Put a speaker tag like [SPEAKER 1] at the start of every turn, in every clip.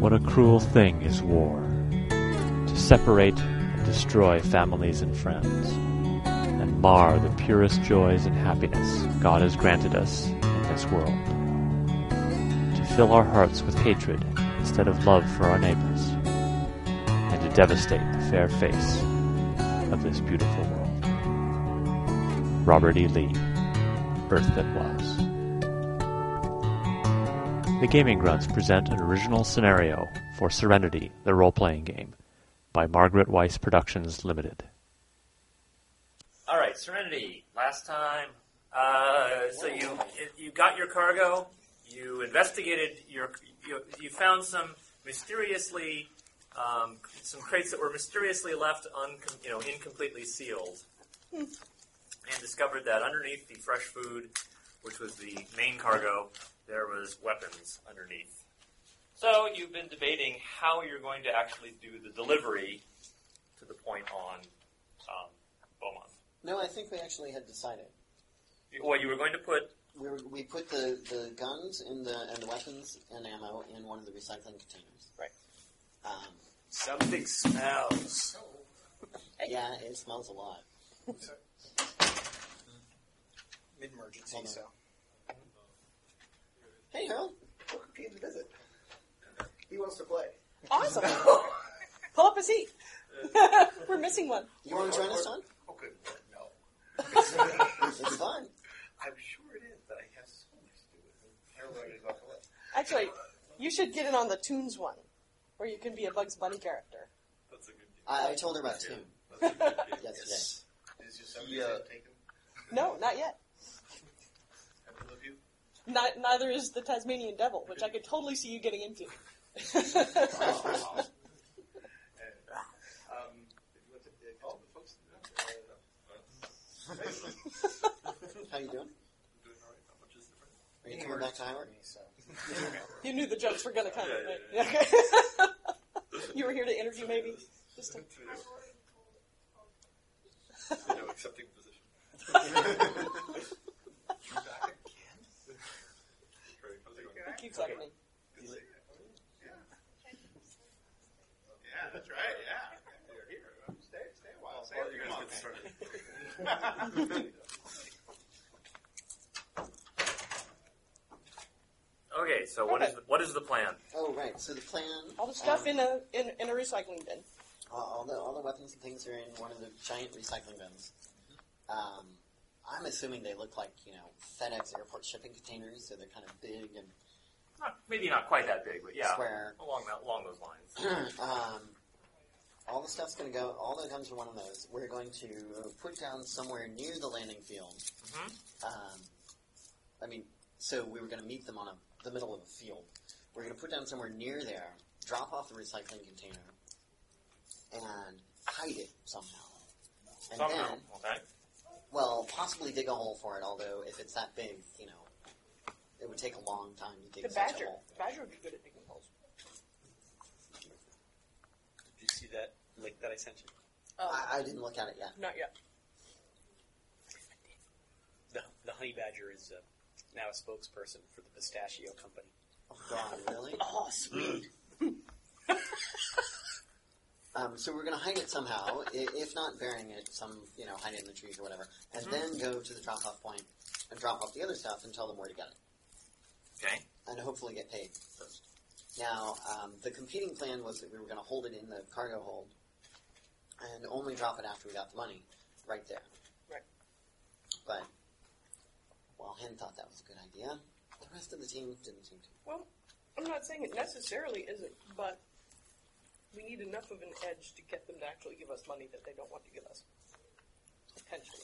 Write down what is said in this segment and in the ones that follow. [SPEAKER 1] What a cruel thing is war to separate and destroy families and friends, and mar the purest joys and happiness God has granted us in this world. To fill our hearts with hatred instead of love for our neighbors, and to devastate the fair face of this beautiful world. Robert E. Lee, Earth That Was. The Gaming Grunts present an original scenario for Serenity, the role playing game, by Margaret Weiss Productions Limited. All right, Serenity, last time. Uh, so you, you got your cargo, you investigated, your, you, you found some mysteriously, um, some crates that were mysteriously left un, you know, incompletely sealed, and discovered that underneath the fresh food, which was the main cargo, there was weapons underneath. So you've been debating how you're going to actually do the delivery to the point on um, Beaumont.
[SPEAKER 2] No, I think we actually had decided.
[SPEAKER 1] You- Well, you were going to put
[SPEAKER 2] We, were, we put the, the guns and the, and the weapons and ammo in one of the recycling containers.
[SPEAKER 3] Right.
[SPEAKER 2] Um,
[SPEAKER 4] Something smells.
[SPEAKER 2] yeah, it smells a lot.
[SPEAKER 3] Mid emergency,
[SPEAKER 2] Hold on.
[SPEAKER 3] so.
[SPEAKER 2] Hey, Harold.
[SPEAKER 3] What computer does it? He wants to play.
[SPEAKER 5] Awesome. Pull up a seat. We're missing one.
[SPEAKER 2] You want to join us, John?
[SPEAKER 3] Oh, good lord, no.
[SPEAKER 2] It's fun.
[SPEAKER 3] I'm sure it is, but I have so much to do with it. Everybody is off the list.
[SPEAKER 5] Actually, you should get in on the Toons one, where you can be a Bugs Bunny character.
[SPEAKER 2] I, I told her about Tim yesterday.
[SPEAKER 3] Yes. Is there somebody
[SPEAKER 4] Yeah.
[SPEAKER 3] that take them?
[SPEAKER 5] No, not yet.
[SPEAKER 3] Have I love you?
[SPEAKER 5] Ni- neither is the Tasmanian Devil, which I could totally see you getting into.
[SPEAKER 3] Um, if you want to uh, call the folks, uh,
[SPEAKER 2] How you doing?
[SPEAKER 3] doing all right. How much is the price?
[SPEAKER 2] Are you coming back to Howard?
[SPEAKER 3] So.
[SPEAKER 5] you knew the jokes were going to come. right? Okay. you were here to interview, maybe. Just to-
[SPEAKER 3] no, accepting position.
[SPEAKER 5] keeps happening.
[SPEAKER 3] Yeah, that's right. Yeah, you're here. Stay, stay a while. Stay well, you guys get started.
[SPEAKER 4] Okay, so what is the, what is the plan?
[SPEAKER 2] Oh, right. So the plan.
[SPEAKER 5] All the stuff
[SPEAKER 2] um,
[SPEAKER 5] in a in, in a recycling bin.
[SPEAKER 2] all, all the all the weapons and things are in one of the giant recycling bins. Um, I'm assuming they look like you know FedEx airport shipping containers, so they're kind of big and
[SPEAKER 4] Not, maybe not quite that big, but yeah,
[SPEAKER 2] square.
[SPEAKER 4] along that along those lines.
[SPEAKER 2] um, all the stuff's going to go, all the guns are one of those. We're going to put down somewhere near the landing field.
[SPEAKER 4] Mhm.
[SPEAKER 2] Um, I mean, so we were going to meet them on a, the middle of a field. We're going to put down somewhere near there, drop off the recycling container, and hide it somehow. And
[SPEAKER 4] Somehow,
[SPEAKER 2] then,
[SPEAKER 4] okay.
[SPEAKER 2] well, possibly dig a hole for it, although if it's that big, you know, it would take a long time to dig
[SPEAKER 5] The
[SPEAKER 2] such
[SPEAKER 5] badger.
[SPEAKER 2] a hole.
[SPEAKER 5] The badger would be good at digging holes.
[SPEAKER 6] Did you see that link that I sent you?
[SPEAKER 5] Oh,
[SPEAKER 2] I, I didn't look at it yet.
[SPEAKER 5] not yet.
[SPEAKER 6] The, the honey badger is uh, now a spokesperson for the pistachio company.
[SPEAKER 2] Oh, God, really?
[SPEAKER 5] Oh, sweet.
[SPEAKER 2] Um, so we're going to hide it somehow, i- if not burying it, some you know hide it in the trees or whatever, and
[SPEAKER 5] Mm-hmm.
[SPEAKER 2] then go to the drop-off point and drop off the other stuff and tell them where to get it,
[SPEAKER 4] Okay.
[SPEAKER 2] and hopefully get paid first. Now, um, the competing plan was that we were going to hold it in the cargo hold and only drop it after we got the money right there.
[SPEAKER 5] Right.
[SPEAKER 2] But while Hen thought that was a good idea, the rest of the team didn't seem to.
[SPEAKER 5] Well, I'm not saying it necessarily isn't, but we need enough of an edge to get them to actually give us money that they don't want to give us. Potentially.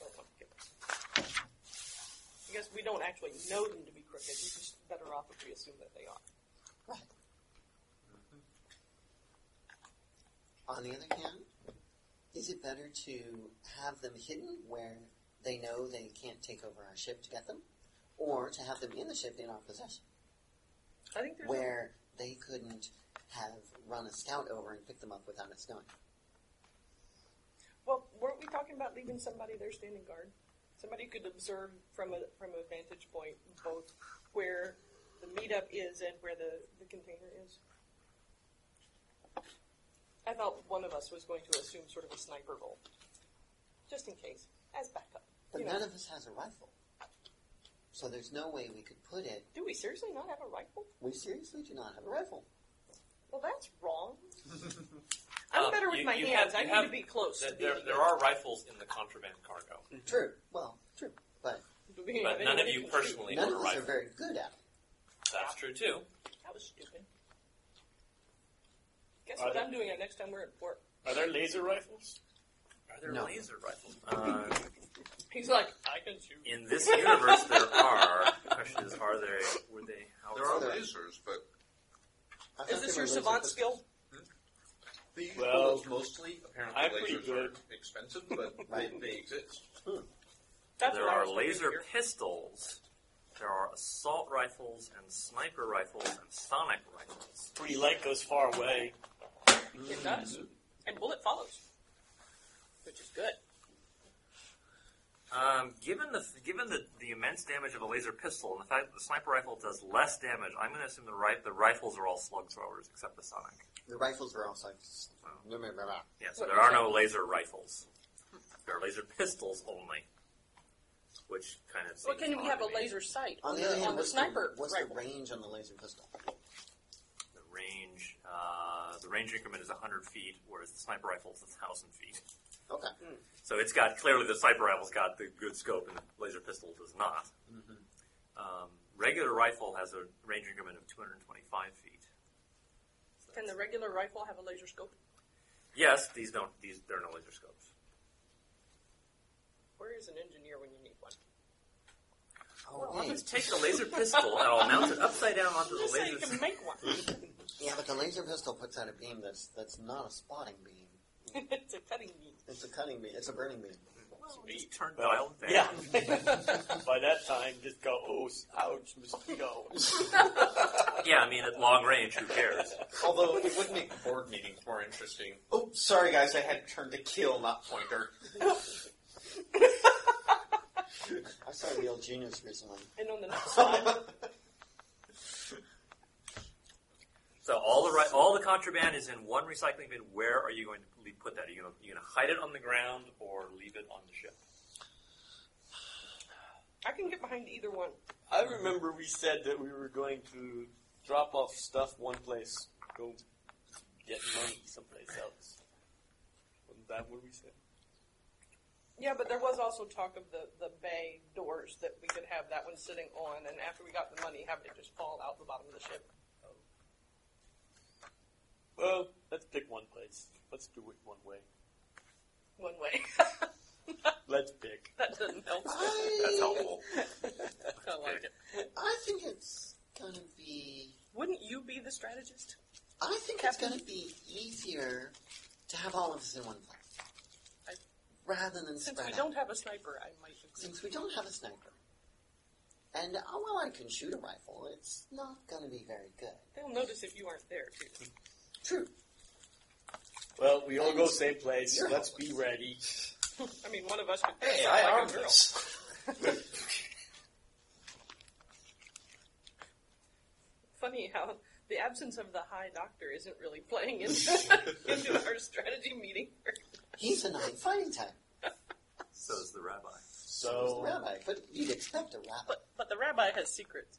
[SPEAKER 5] Don't want to give us. Because we don't actually know them to be crooked, we're just better off if we assume that they are.
[SPEAKER 2] On the other hand, is it better to have them hidden where they know they can't take over our ship to get them, or to have them in the ship in our possession
[SPEAKER 5] I think there's
[SPEAKER 2] where they couldn't have run a scout over and picked them up without us knowing?
[SPEAKER 5] well, weren't we talking about leaving somebody there standing guard? Somebody could observe from a from a vantage point both where the meetup is and where the, the container is. I thought one of us was going to assume sort of a sniper role, just in case, as backup.
[SPEAKER 2] But
[SPEAKER 5] you know.
[SPEAKER 2] none of us has a rifle. So there's no way we could put it.
[SPEAKER 5] Do we seriously not have a rifle?
[SPEAKER 2] We seriously do not have a rifle.
[SPEAKER 5] Well, that's wrong. I'm
[SPEAKER 4] Um,
[SPEAKER 5] better with
[SPEAKER 4] you-
[SPEAKER 5] my
[SPEAKER 4] you
[SPEAKER 5] hands.
[SPEAKER 4] have-
[SPEAKER 5] I
[SPEAKER 4] you
[SPEAKER 5] need to
[SPEAKER 4] have-
[SPEAKER 5] be close.
[SPEAKER 4] Th-
[SPEAKER 5] to
[SPEAKER 4] There,
[SPEAKER 5] being-
[SPEAKER 4] there are rifles in the contraband cargo,
[SPEAKER 1] Mm-hmm.
[SPEAKER 2] True. Well, true. But
[SPEAKER 5] to being
[SPEAKER 4] but none
[SPEAKER 5] anyone
[SPEAKER 4] of
[SPEAKER 5] who
[SPEAKER 4] you
[SPEAKER 5] can shoot.
[SPEAKER 4] personally
[SPEAKER 2] none
[SPEAKER 4] own a
[SPEAKER 2] of us are
[SPEAKER 4] rifle.
[SPEAKER 2] very good at it.
[SPEAKER 4] That's true too.
[SPEAKER 5] That was stupid. Guess
[SPEAKER 7] Are
[SPEAKER 5] what
[SPEAKER 7] there-
[SPEAKER 5] I'm doing at next time we're at port.
[SPEAKER 7] Are there laser rifles?
[SPEAKER 1] Are there
[SPEAKER 2] No.
[SPEAKER 1] laser rifles? Uh,
[SPEAKER 5] He's like, I can shoot.
[SPEAKER 1] in this universe, there are. The question is, are there? Were they? How
[SPEAKER 8] There are
[SPEAKER 2] There-
[SPEAKER 8] lasers, but
[SPEAKER 2] I thought
[SPEAKER 5] Is
[SPEAKER 2] they
[SPEAKER 5] this
[SPEAKER 2] were laser
[SPEAKER 5] your savant
[SPEAKER 2] pistols.
[SPEAKER 5] skill?
[SPEAKER 8] they use
[SPEAKER 7] Well,
[SPEAKER 8] bullets mostly. Apparently,
[SPEAKER 7] I'm pretty
[SPEAKER 8] lasers
[SPEAKER 7] good.
[SPEAKER 8] are expensive, but they,
[SPEAKER 2] Right.
[SPEAKER 8] they exist.
[SPEAKER 5] That's
[SPEAKER 1] there
[SPEAKER 5] what I
[SPEAKER 1] are
[SPEAKER 5] was thinking
[SPEAKER 1] laser
[SPEAKER 5] here.
[SPEAKER 1] pistols. There are assault rifles and sniper rifles and sonic rifles.
[SPEAKER 7] Pretty light goes far away.
[SPEAKER 5] It does.
[SPEAKER 1] mm-hmm.
[SPEAKER 5] And bullet follows. Which is good.
[SPEAKER 1] Um, given the given the, the immense damage of a laser pistol and the fact that the sniper rifle does less damage, I'm going to assume the right the rifles are all slug throwers except the sonic.
[SPEAKER 2] The rifles were also. Blah, blah, blah, blah.
[SPEAKER 1] Yeah, so
[SPEAKER 5] What
[SPEAKER 1] there are
[SPEAKER 5] is that?
[SPEAKER 1] no laser rifles. There are laser pistols only, which kind of.
[SPEAKER 5] So
[SPEAKER 1] seems
[SPEAKER 5] can we
[SPEAKER 1] odd
[SPEAKER 5] have
[SPEAKER 1] to
[SPEAKER 5] a
[SPEAKER 1] me.
[SPEAKER 5] laser sight
[SPEAKER 2] On the other hand,
[SPEAKER 5] the
[SPEAKER 2] what's
[SPEAKER 5] sniper
[SPEAKER 2] The, what's the
[SPEAKER 5] rifle?
[SPEAKER 2] range on the laser pistol?
[SPEAKER 1] The range uh, the range increment is 100 feet, whereas the sniper rifle is 1,000 feet.
[SPEAKER 2] Okay.
[SPEAKER 1] So it's got clearly the sniper rifle's got the good scope, and the laser pistol does not. Um, regular rifle has a range increment of 225 feet. So
[SPEAKER 5] Can the
[SPEAKER 1] that's-
[SPEAKER 5] regular rifle have a laser scope?
[SPEAKER 1] yes, these don't. These there are no laser scopes.
[SPEAKER 5] Where is an engineer when you need one?
[SPEAKER 2] Oh,
[SPEAKER 1] I'll
[SPEAKER 2] hey.
[SPEAKER 1] just take the laser pistol and I'll mount it upside down onto the
[SPEAKER 5] Just say you
[SPEAKER 1] laser.
[SPEAKER 5] can make one.
[SPEAKER 2] Yeah, but the laser pistol puts out a beam that's that's not a spotting beam.
[SPEAKER 5] it's a cutting beam.
[SPEAKER 2] It's a cutting beam. It's a burning beam.
[SPEAKER 1] Well, just turn
[SPEAKER 7] Well,
[SPEAKER 1] dial down.
[SPEAKER 7] Yeah. By that time, just go, oh, ouch, mosquito.
[SPEAKER 1] yeah. I mean, at long range, who cares?
[SPEAKER 4] Although it would make the board meetings more interesting. Oh, sorry guys, I had turned to kill, not pointer.
[SPEAKER 2] I saw Real Genius recently.
[SPEAKER 5] And on the next slide,
[SPEAKER 1] So all the ri- all the contraband is in one recycling bin. Where are you going to le- put that? Are you going to, you going to hide it on the ground or leave it on the ship?
[SPEAKER 5] I can get behind either one.
[SPEAKER 7] I remember we said that we were going to drop off stuff one place, go get money someplace else. Wasn't that what we said?
[SPEAKER 5] Yeah, but there was also talk of the, the bay doors that we could have that one sitting on, and after we got the money, have it just fall out the bottom of the ship.
[SPEAKER 7] Well, let's pick one place. Let's do it one way.
[SPEAKER 5] One way.
[SPEAKER 7] Let's pick.
[SPEAKER 5] that doesn't help.
[SPEAKER 1] That's
[SPEAKER 2] I,
[SPEAKER 1] helpful.
[SPEAKER 5] I don't like it.
[SPEAKER 2] I think it's gonna be.
[SPEAKER 5] Wouldn't you be the strategist?
[SPEAKER 2] I think it's gonna be easier to have all of us in one place,
[SPEAKER 5] I-
[SPEAKER 2] rather than
[SPEAKER 5] Since
[SPEAKER 2] spread
[SPEAKER 5] we
[SPEAKER 2] out.
[SPEAKER 5] don't have a sniper, I might agree.
[SPEAKER 2] Since we don't have a sniper, and uh, while I can shoot a rifle, it's not gonna be very good.
[SPEAKER 5] They'll notice if you aren't there, too.
[SPEAKER 2] True.
[SPEAKER 7] Well, we all go same place.
[SPEAKER 2] You're
[SPEAKER 7] Let's be ready.
[SPEAKER 5] I mean, one of us could
[SPEAKER 4] Hey,
[SPEAKER 5] sound
[SPEAKER 4] I
[SPEAKER 5] like a
[SPEAKER 4] armed
[SPEAKER 5] girl.
[SPEAKER 4] this.
[SPEAKER 5] Funny how the absence of the high doctor isn't really playing into, into our strategy meeting.
[SPEAKER 2] He's a non-fighting type.
[SPEAKER 1] So is the rabbi.
[SPEAKER 2] He's the
[SPEAKER 7] So,
[SPEAKER 2] rabbi, but you'd expect a rabbi.
[SPEAKER 5] But, but the rabbi has secrets.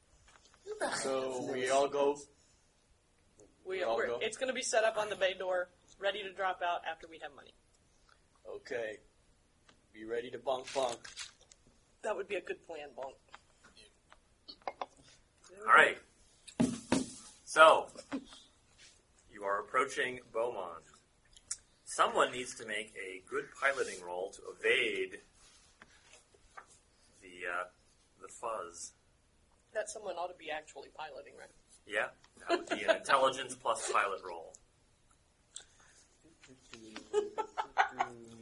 [SPEAKER 2] The rabbi
[SPEAKER 7] so
[SPEAKER 2] has
[SPEAKER 7] we
[SPEAKER 2] this-
[SPEAKER 7] all go.
[SPEAKER 5] We,
[SPEAKER 7] We all
[SPEAKER 5] we're,
[SPEAKER 7] go.
[SPEAKER 5] it's going to be set up on the bay door, ready to drop out after we have money.
[SPEAKER 7] Okay, be ready to bonk bonk.
[SPEAKER 5] That would be a good plan, Bonk.
[SPEAKER 1] All right. So you are approaching Beaumont. Someone needs to make a good piloting roll to evade the uh, the fuzz.
[SPEAKER 5] That someone ought to be actually piloting, right?
[SPEAKER 1] Yeah, that would be an intelligence plus pilot roll.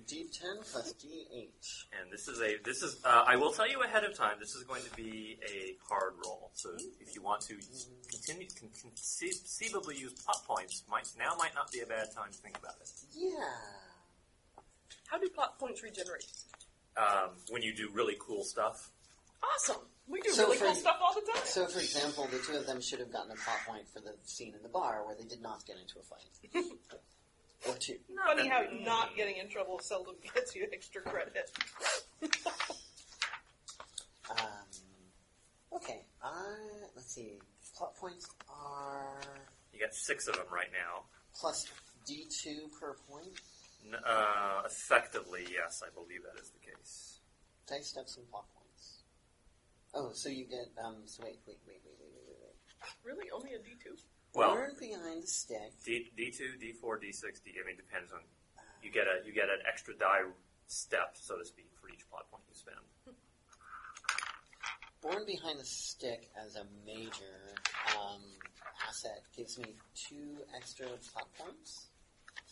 [SPEAKER 2] D10 plus D8.
[SPEAKER 1] And this is a this is uh, I will tell you ahead of time. This is going to be a hard roll. So if you want to continue, can conceivably use plot points, might now might not be a bad time to think about it.
[SPEAKER 2] Yeah.
[SPEAKER 5] How do plot points regenerate?
[SPEAKER 1] Um, when you do really cool stuff,
[SPEAKER 5] Awesome! We do
[SPEAKER 2] So
[SPEAKER 5] really
[SPEAKER 2] for-
[SPEAKER 5] cool stuff all the time.
[SPEAKER 2] So, for example, the two of them should have gotten a plot point for the scene in the bar where they did not get into a fight. or two.
[SPEAKER 5] Funny how not getting in trouble seldom gets you extra credit.
[SPEAKER 2] Um, okay. Uh, let's see. Plot points are
[SPEAKER 1] You got six of them right now.
[SPEAKER 2] plus D2 per point.
[SPEAKER 1] N- uh, effectively, yes, I believe that is the case.
[SPEAKER 2] Dice steps and plot points. Oh, so you get, um, so wait, wait, wait, wait, wait, wait, wait, wait.
[SPEAKER 5] Really, only a D two?
[SPEAKER 1] Well-
[SPEAKER 2] Learn behind the stick.
[SPEAKER 1] D D two, D four, D six, D. I mean, depends on. You get a you get an extra die step, so to speak, for each plot point you spend.
[SPEAKER 2] Born behind the stick as a major um, asset gives me two extra plot points.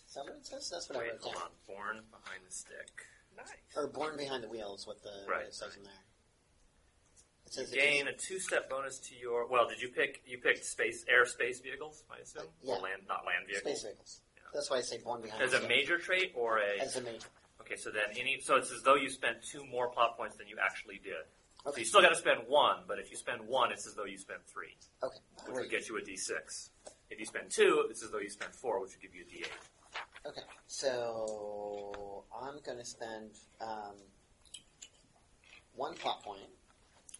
[SPEAKER 2] Is that what it says? That's what I
[SPEAKER 1] Wait,
[SPEAKER 2] wrote
[SPEAKER 1] hold
[SPEAKER 2] down.
[SPEAKER 1] on. Born behind the stick.
[SPEAKER 5] Nice.
[SPEAKER 2] Or born behind the wheel is what the what
[SPEAKER 1] Right,
[SPEAKER 2] it says in there. It says it
[SPEAKER 1] Gain a two step bonus to your. Well, did you pick you picked space air space vehicles? I assume.
[SPEAKER 2] Yeah.
[SPEAKER 1] Or land, not land
[SPEAKER 2] gives
[SPEAKER 1] vehicles.
[SPEAKER 2] space vehicles.
[SPEAKER 1] Yeah.
[SPEAKER 2] That's why I say born behind
[SPEAKER 1] As
[SPEAKER 2] the
[SPEAKER 1] a
[SPEAKER 2] stick.
[SPEAKER 1] major trait or a
[SPEAKER 2] As a major.
[SPEAKER 1] okay, so then any so it's as though you spent two more plot points than you actually did. So
[SPEAKER 2] Okay.
[SPEAKER 1] you still got to spend one, but if you spend one, it's as though you spent three,
[SPEAKER 2] Okay.
[SPEAKER 1] which
[SPEAKER 2] Great.
[SPEAKER 1] would get you a d6. If you spend two, it's as though you spent four, which would give you a d8.
[SPEAKER 2] Okay, so I'm going to spend um, one plot point.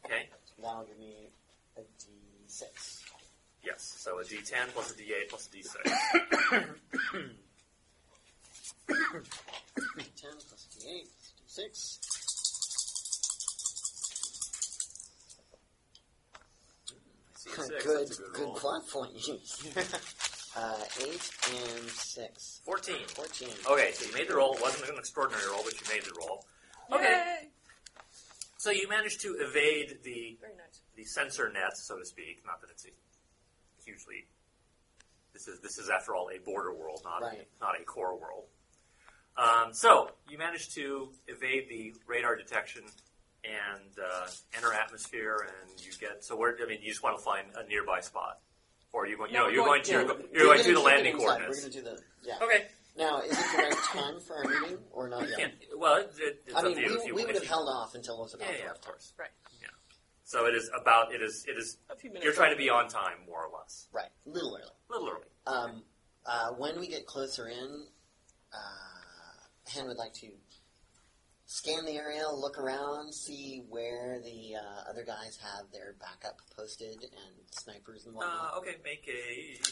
[SPEAKER 1] Okay.
[SPEAKER 2] That'll give me a d6.
[SPEAKER 1] Yes. So a d10 plus a d8 plus a d6.
[SPEAKER 2] 10 plus d8 plus d6.
[SPEAKER 1] good, that's
[SPEAKER 2] good,
[SPEAKER 1] Hmm, a good,
[SPEAKER 2] good
[SPEAKER 1] roll.
[SPEAKER 2] plot point. uh, 8 and 6.
[SPEAKER 1] 14.
[SPEAKER 2] 14.
[SPEAKER 1] Okay, so you made the roll. It wasn't an extraordinary roll, but you made the roll. Okay. So you managed to evade the
[SPEAKER 5] Very nice.
[SPEAKER 1] the sensor nets, so to speak. Not that it's a hugely. This is this is after all a border world, not
[SPEAKER 2] Right.
[SPEAKER 1] not a core world. Um, so you managed to evade the radar detection and uh, enter atmosphere, and you get. So where? I mean, you just want to find a nearby spot, or you want?
[SPEAKER 5] No,
[SPEAKER 1] No,
[SPEAKER 5] we're
[SPEAKER 1] you're going,
[SPEAKER 5] going
[SPEAKER 1] to you're,
[SPEAKER 2] Yeah,
[SPEAKER 1] go-
[SPEAKER 2] we're
[SPEAKER 1] you're going
[SPEAKER 2] gonna
[SPEAKER 1] to the
[SPEAKER 2] keep it
[SPEAKER 1] landing
[SPEAKER 2] inside.
[SPEAKER 1] coordinates.
[SPEAKER 2] We're going to do the. Yeah.
[SPEAKER 1] Okay.
[SPEAKER 2] Now, is it the right time for our meeting or not
[SPEAKER 1] You
[SPEAKER 2] yet?
[SPEAKER 1] can't, well, it, it- it's
[SPEAKER 2] I
[SPEAKER 1] up
[SPEAKER 2] mean,
[SPEAKER 1] to you. if
[SPEAKER 2] we,
[SPEAKER 1] you
[SPEAKER 2] we
[SPEAKER 1] if
[SPEAKER 2] would have
[SPEAKER 1] you-
[SPEAKER 2] held off until it was about
[SPEAKER 1] Yeah,
[SPEAKER 2] to
[SPEAKER 1] yeah,
[SPEAKER 2] wrap
[SPEAKER 1] of
[SPEAKER 2] up.
[SPEAKER 1] course.
[SPEAKER 5] Right.
[SPEAKER 1] Yeah. So it is about. It is. It is.
[SPEAKER 5] A few minutes.
[SPEAKER 1] You're trying to be on time, more or less.
[SPEAKER 2] Right, a little early.
[SPEAKER 1] A little early.
[SPEAKER 2] Um, uh, when we get closer in, uh, Hen would like to scan the area, look around, see where the uh, other guys have their backup posted and snipers and
[SPEAKER 1] Uh,
[SPEAKER 2] whatnot.
[SPEAKER 1] okay, make a
[SPEAKER 5] Do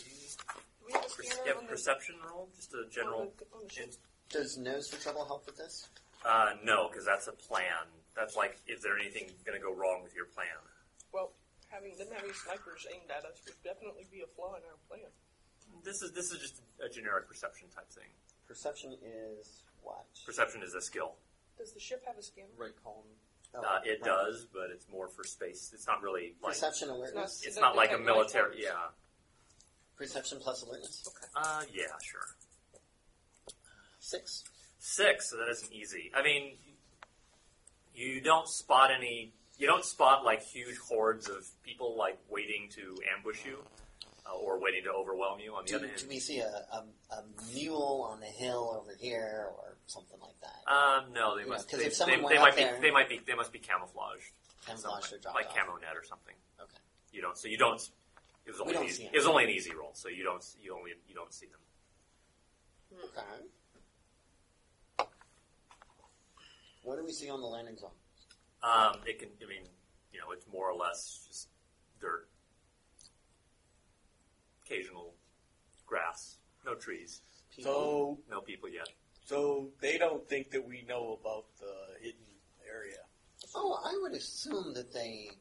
[SPEAKER 5] we have a
[SPEAKER 1] per-
[SPEAKER 5] scanner
[SPEAKER 1] yeah,
[SPEAKER 5] on the-
[SPEAKER 1] perception roll, just a general.
[SPEAKER 5] on the- on the ship?
[SPEAKER 2] Does nose for trouble help with this?
[SPEAKER 1] Uh, no, because that's a plan. That's like, is there anything going to go wrong with your plan?
[SPEAKER 5] Well, having them having snipers aimed at us would definitely be a flaw in our plan.
[SPEAKER 1] This is this is just a generic perception type thing.
[SPEAKER 2] Perception is what?
[SPEAKER 1] Perception is a skill.
[SPEAKER 5] Does the ship have a scanner?
[SPEAKER 7] Right column.
[SPEAKER 2] Oh,
[SPEAKER 1] Uh, it
[SPEAKER 2] right.
[SPEAKER 1] does, but it's more for space. It's not really like
[SPEAKER 2] Perception awareness.
[SPEAKER 5] It's
[SPEAKER 1] it's not like a
[SPEAKER 5] Doesn't detect
[SPEAKER 1] military.
[SPEAKER 5] light
[SPEAKER 1] Yeah.
[SPEAKER 2] Perception plus awareness.
[SPEAKER 1] Uh, yeah, sure.
[SPEAKER 2] Six.
[SPEAKER 1] Six, so that isn't easy. I mean, you don't spot any. You don't spot like huge hordes of people like waiting to ambush you uh, or waiting to overwhelm you. On the
[SPEAKER 2] Do,
[SPEAKER 1] other hand,
[SPEAKER 2] do we see a, a, a mule on the hill over here or something like that?
[SPEAKER 1] um, no, they
[SPEAKER 2] Yeah,
[SPEAKER 1] must.
[SPEAKER 2] 'cause
[SPEAKER 1] they
[SPEAKER 2] if someone
[SPEAKER 1] they,
[SPEAKER 2] went
[SPEAKER 1] they
[SPEAKER 2] out
[SPEAKER 1] might
[SPEAKER 2] there-
[SPEAKER 1] be. They might be. They must be camouflaged.
[SPEAKER 2] Camouflage or
[SPEAKER 1] Something,
[SPEAKER 2] drop
[SPEAKER 1] like
[SPEAKER 2] off?
[SPEAKER 1] camo net or something.
[SPEAKER 2] Okay.
[SPEAKER 1] You don't. So you don't. It was only
[SPEAKER 2] don't
[SPEAKER 1] an
[SPEAKER 2] see
[SPEAKER 1] easy,
[SPEAKER 2] them.
[SPEAKER 1] it was only an easy roll, so you don't. You only you don't see them.
[SPEAKER 2] Okay. What do we see on the landing zone?
[SPEAKER 1] Um, it can. I mean, you know, it's more or less just dirt, occasional grass, no trees,
[SPEAKER 7] So,
[SPEAKER 1] no people yet.
[SPEAKER 7] so they don't think that we know about the hidden area.
[SPEAKER 2] Oh, I would assume that they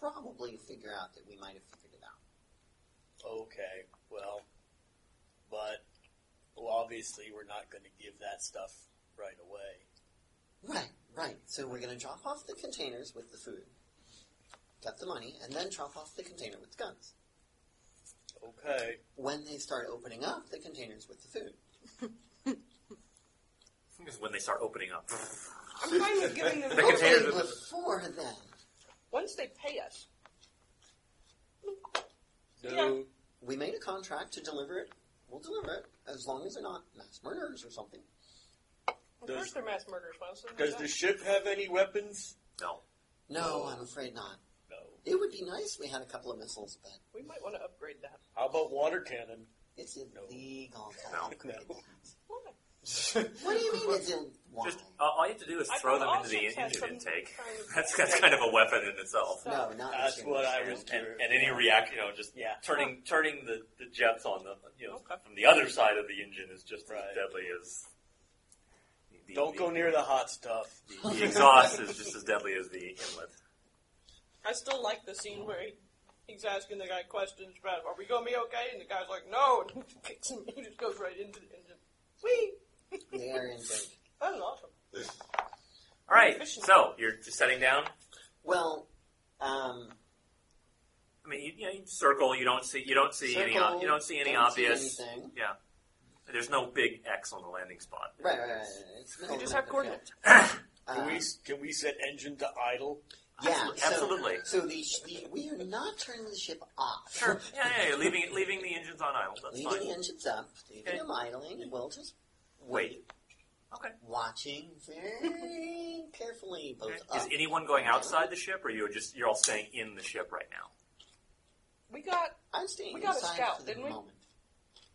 [SPEAKER 2] probably figure out that we might have figured it out.
[SPEAKER 7] Okay, well, but well, obviously we're not going to give that stuff right away.
[SPEAKER 2] Right, right. So we're going to drop off the containers with the food, get the money, and then drop off the container with the guns.
[SPEAKER 7] Okay.
[SPEAKER 2] When they start opening up the containers with the food,
[SPEAKER 1] Because when they start opening up,
[SPEAKER 5] I'm fine with giving them.
[SPEAKER 1] The
[SPEAKER 2] Okay,
[SPEAKER 1] containers with the-
[SPEAKER 2] before then.
[SPEAKER 5] Once they pay us,
[SPEAKER 7] No.
[SPEAKER 2] We made a contract to deliver it. We'll deliver it as long as they're not mass murderers or something.
[SPEAKER 5] of
[SPEAKER 7] Does-
[SPEAKER 5] course they're mass murderers. Oh Why else would they
[SPEAKER 7] Does
[SPEAKER 5] do
[SPEAKER 7] the
[SPEAKER 5] that?
[SPEAKER 7] ship have any weapons?
[SPEAKER 1] no.
[SPEAKER 2] No, I'm afraid not.
[SPEAKER 7] No.
[SPEAKER 2] It would be nice if we had a couple of missiles, but
[SPEAKER 5] we might want to upgrade that.
[SPEAKER 7] How about water cannon?
[SPEAKER 2] It's illegal to
[SPEAKER 1] No.
[SPEAKER 2] have credits.
[SPEAKER 5] Why?
[SPEAKER 2] What do you mean it's illegal? Why?
[SPEAKER 1] Just uh, all you have to do is
[SPEAKER 5] I
[SPEAKER 1] throw
[SPEAKER 5] can
[SPEAKER 1] them into
[SPEAKER 5] also
[SPEAKER 1] the
[SPEAKER 5] test
[SPEAKER 1] engine
[SPEAKER 5] some
[SPEAKER 1] intake.
[SPEAKER 5] kind of-
[SPEAKER 1] That's that's kind of a weapon in itself.
[SPEAKER 2] No, not
[SPEAKER 7] That's
[SPEAKER 2] this
[SPEAKER 7] what
[SPEAKER 2] year.
[SPEAKER 7] I was
[SPEAKER 1] And,
[SPEAKER 7] curious.
[SPEAKER 1] and any reaction, you know, just
[SPEAKER 7] Yeah.
[SPEAKER 1] turning turning the, the jets on the you know
[SPEAKER 5] Okay.
[SPEAKER 1] from the other side of the engine is just
[SPEAKER 7] Right.
[SPEAKER 1] as deadly as. The,
[SPEAKER 7] Don't
[SPEAKER 1] the,
[SPEAKER 7] go near the hot stuff.
[SPEAKER 1] The, the exhaust is just as deadly as the inlet.
[SPEAKER 5] I still like the scene where he, he's asking the guy questions about are we gonna be okay, and the guy's like no, and kicks him. He just goes right into the engine. Whee!
[SPEAKER 2] They are insane.
[SPEAKER 5] That was awesome.
[SPEAKER 1] All right,
[SPEAKER 5] Efficient.
[SPEAKER 1] so you're just setting down.
[SPEAKER 2] Well, um,
[SPEAKER 1] I mean, you, you, know, you circle. You don't see. You don't see any.
[SPEAKER 2] circle,
[SPEAKER 1] ob- You don't see any
[SPEAKER 2] don't see
[SPEAKER 1] obvious.
[SPEAKER 2] anything.
[SPEAKER 1] There's no big X on the landing spot.
[SPEAKER 2] Right, right, right. It's middle
[SPEAKER 5] We just
[SPEAKER 2] of
[SPEAKER 5] have
[SPEAKER 2] the
[SPEAKER 5] coordinates.
[SPEAKER 2] field.
[SPEAKER 7] Can
[SPEAKER 2] Uh,
[SPEAKER 7] we can we set engine to idle?
[SPEAKER 2] yeah, so-
[SPEAKER 1] Absolutely.
[SPEAKER 2] So, the, sh- the we are not turning the ship off.
[SPEAKER 1] Sure. Yeah, yeah, yeah. Leaving leaving the engines on idle. That's
[SPEAKER 2] Leaving the
[SPEAKER 1] fine.
[SPEAKER 2] engines up, leaving
[SPEAKER 1] Okay.
[SPEAKER 2] them idling. We'll just
[SPEAKER 1] Wait. Okay.
[SPEAKER 2] watching very carefully both
[SPEAKER 1] Okay. Is
[SPEAKER 2] up.
[SPEAKER 1] anyone going outside the ship, or you're just you're all staying in the ship right now?
[SPEAKER 5] We got
[SPEAKER 2] I'm staying
[SPEAKER 5] We got a
[SPEAKER 2] inside
[SPEAKER 5] scout,
[SPEAKER 2] for the
[SPEAKER 5] didn't we?
[SPEAKER 2] moment.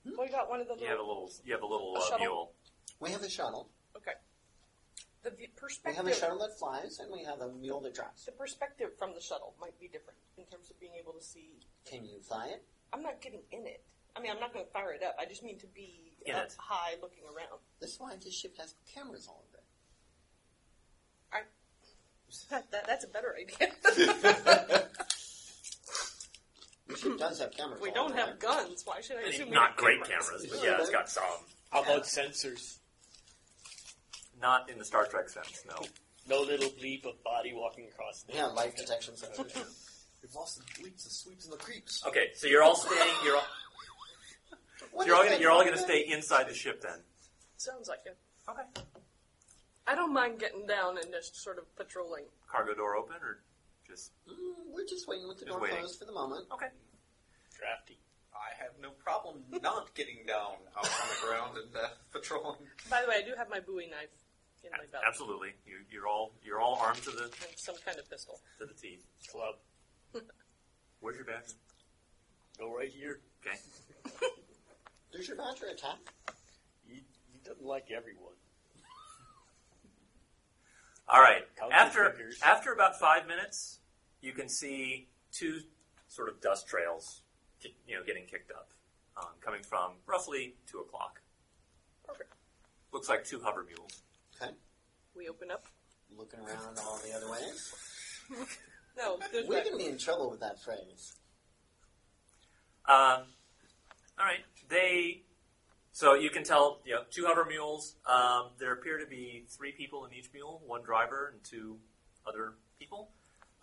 [SPEAKER 5] we got one of the
[SPEAKER 1] You have a
[SPEAKER 5] little,
[SPEAKER 1] little you have a little
[SPEAKER 5] A
[SPEAKER 1] uh,
[SPEAKER 5] shuttle?
[SPEAKER 1] mule.
[SPEAKER 2] We have a shuttle.
[SPEAKER 5] the view-
[SPEAKER 2] We
[SPEAKER 5] perspective.
[SPEAKER 2] have a shuttle that flies, and we have a mule that drives.
[SPEAKER 5] The perspective from the shuttle might be different in terms of being able to see.
[SPEAKER 2] Can you fly it?
[SPEAKER 5] I'm not getting in it. I mean, I'm not going to fire it up. I just mean to be
[SPEAKER 1] In
[SPEAKER 5] up
[SPEAKER 1] it.
[SPEAKER 5] high, looking around.
[SPEAKER 2] That's why this ship has cameras all over it.
[SPEAKER 5] That, that, that's a better idea.
[SPEAKER 2] The ship does have cameras.
[SPEAKER 5] we
[SPEAKER 2] all
[SPEAKER 5] don't
[SPEAKER 2] over
[SPEAKER 5] have
[SPEAKER 2] it.
[SPEAKER 5] guns. Why should I assume we
[SPEAKER 1] Not
[SPEAKER 5] have
[SPEAKER 1] great cameras, but yeah, it's got some.
[SPEAKER 7] How about sensors?
[SPEAKER 1] Not in the Star Trek sense, no.
[SPEAKER 7] No little bleep of body walking across. the-
[SPEAKER 2] Yeah, life detection sensors.
[SPEAKER 8] We've lost the bleeps, the sweeps, and the creeps.
[SPEAKER 1] Okay, so you're all staying. You're all,
[SPEAKER 2] What
[SPEAKER 1] you're all
[SPEAKER 2] is
[SPEAKER 1] gonna
[SPEAKER 2] that
[SPEAKER 1] you're all
[SPEAKER 2] sound
[SPEAKER 1] gonna
[SPEAKER 2] again?
[SPEAKER 1] stay inside the ship then.
[SPEAKER 5] Sounds like it.
[SPEAKER 1] Okay.
[SPEAKER 5] I don't mind getting down and just sort of patrolling.
[SPEAKER 1] Cargo door open or just
[SPEAKER 2] Mm, we're just waiting with the
[SPEAKER 1] Just
[SPEAKER 2] door
[SPEAKER 1] waiting.
[SPEAKER 2] closed for the moment.
[SPEAKER 1] okay.
[SPEAKER 7] Drafty.
[SPEAKER 8] I have no problem not getting down out on the ground and uh, patrolling.
[SPEAKER 5] By the way, I do have my Bowie knife in my belt
[SPEAKER 1] Absolutely. You, you're all you're all armed to the
[SPEAKER 5] and some kind of pistol.
[SPEAKER 1] to the teeth.
[SPEAKER 7] Club.
[SPEAKER 1] Where's your badge?
[SPEAKER 7] Go right here.
[SPEAKER 1] Okay.
[SPEAKER 2] Does your badger attack?
[SPEAKER 7] He, he doesn't like everyone.
[SPEAKER 1] All right.
[SPEAKER 7] Count your
[SPEAKER 1] After
[SPEAKER 7] fingers.
[SPEAKER 1] after about five minutes, you can see two sort of dust trails, ki- you know, getting kicked up, um, coming from roughly two o'clock.
[SPEAKER 5] Perfect.
[SPEAKER 1] Looks like two hover mules.
[SPEAKER 2] Okay.
[SPEAKER 5] We open up.
[SPEAKER 2] Looking around all the other ways.
[SPEAKER 5] No, there's
[SPEAKER 2] We're
[SPEAKER 5] no.
[SPEAKER 2] going to be in trouble with that phrase.
[SPEAKER 1] Um, all right. They. So you can tell, you know, two hover mules. Um, there appear to be three people in each mule, one driver and two other people.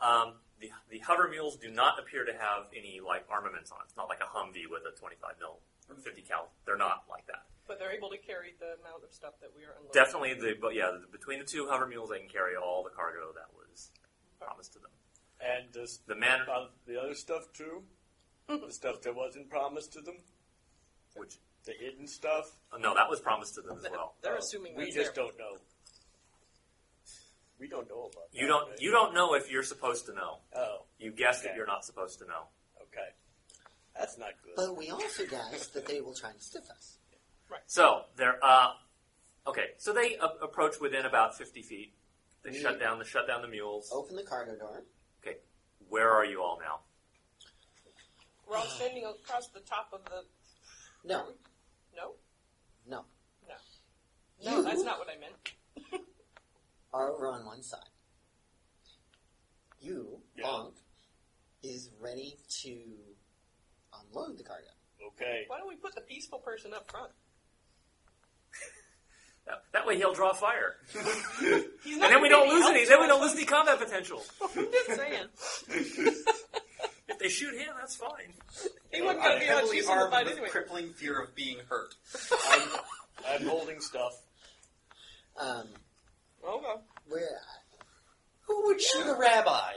[SPEAKER 1] Um, the, the hover mules do not appear to have any like armaments on. It's not like a Humvee with a 25 mil or 50 cal. They're not like that.
[SPEAKER 5] But they're able to carry the amount of stuff that we are unloading.
[SPEAKER 1] Definitely the but yeah the- between the two hover mules they can carry all the cargo that was promised to them.
[SPEAKER 7] And does
[SPEAKER 1] The man
[SPEAKER 7] uh, the other stuff too? the stuff that wasn't promised to them?
[SPEAKER 1] which
[SPEAKER 7] The hidden stuff?
[SPEAKER 1] oh, no that was promised to them as
[SPEAKER 5] They're-
[SPEAKER 1] well.
[SPEAKER 5] They're
[SPEAKER 7] Oh,
[SPEAKER 5] assuming
[SPEAKER 7] we
[SPEAKER 5] that's
[SPEAKER 7] just
[SPEAKER 5] there.
[SPEAKER 7] don't know. We don't know about
[SPEAKER 1] You
[SPEAKER 7] that,
[SPEAKER 1] don't
[SPEAKER 7] right?
[SPEAKER 1] you don't know if you're supposed to know.
[SPEAKER 7] Oh,
[SPEAKER 1] You guess that
[SPEAKER 7] Okay.
[SPEAKER 1] you're not supposed to know.
[SPEAKER 7] okay. That's not good.
[SPEAKER 5] Oh.
[SPEAKER 2] But we also guessed that they will try and stiff us.
[SPEAKER 1] So they're uh, okay. So they a- approach within about fifty feet. They
[SPEAKER 5] Mm-hmm.
[SPEAKER 2] Mm.
[SPEAKER 1] shut down. They shut down the mules.
[SPEAKER 5] Oh.
[SPEAKER 2] Open the cargo door.
[SPEAKER 1] Okay, where are you all now?
[SPEAKER 5] We're all standing across the top of the.
[SPEAKER 2] No,
[SPEAKER 5] No?
[SPEAKER 2] no.
[SPEAKER 5] No,
[SPEAKER 2] You-
[SPEAKER 5] that's not what I meant.
[SPEAKER 2] Are over on one side. You,
[SPEAKER 7] Yeah.
[SPEAKER 2] Bonk, is ready to unload the cargo.
[SPEAKER 7] Okay.
[SPEAKER 5] Why don't we put the peaceful person up front?
[SPEAKER 1] That, that way he'll draw fire,
[SPEAKER 5] He's
[SPEAKER 1] and then we
[SPEAKER 5] gonna
[SPEAKER 1] don't
[SPEAKER 5] be
[SPEAKER 1] lose any.
[SPEAKER 5] helped
[SPEAKER 1] Then we
[SPEAKER 5] to
[SPEAKER 1] don't lose any combat potential.
[SPEAKER 5] us. I'm just saying.
[SPEAKER 1] If they shoot him, that's fine.
[SPEAKER 5] He wasn't
[SPEAKER 8] I'm
[SPEAKER 5] going to be out
[SPEAKER 8] heavily
[SPEAKER 5] choosing the
[SPEAKER 8] armed
[SPEAKER 5] fight
[SPEAKER 8] with
[SPEAKER 5] anyway.
[SPEAKER 8] crippling fear of being hurt.
[SPEAKER 7] I'm, I'm holding stuff.
[SPEAKER 2] Um, uh,
[SPEAKER 5] Okay.
[SPEAKER 2] we're,
[SPEAKER 8] Who would shoot a rabbi?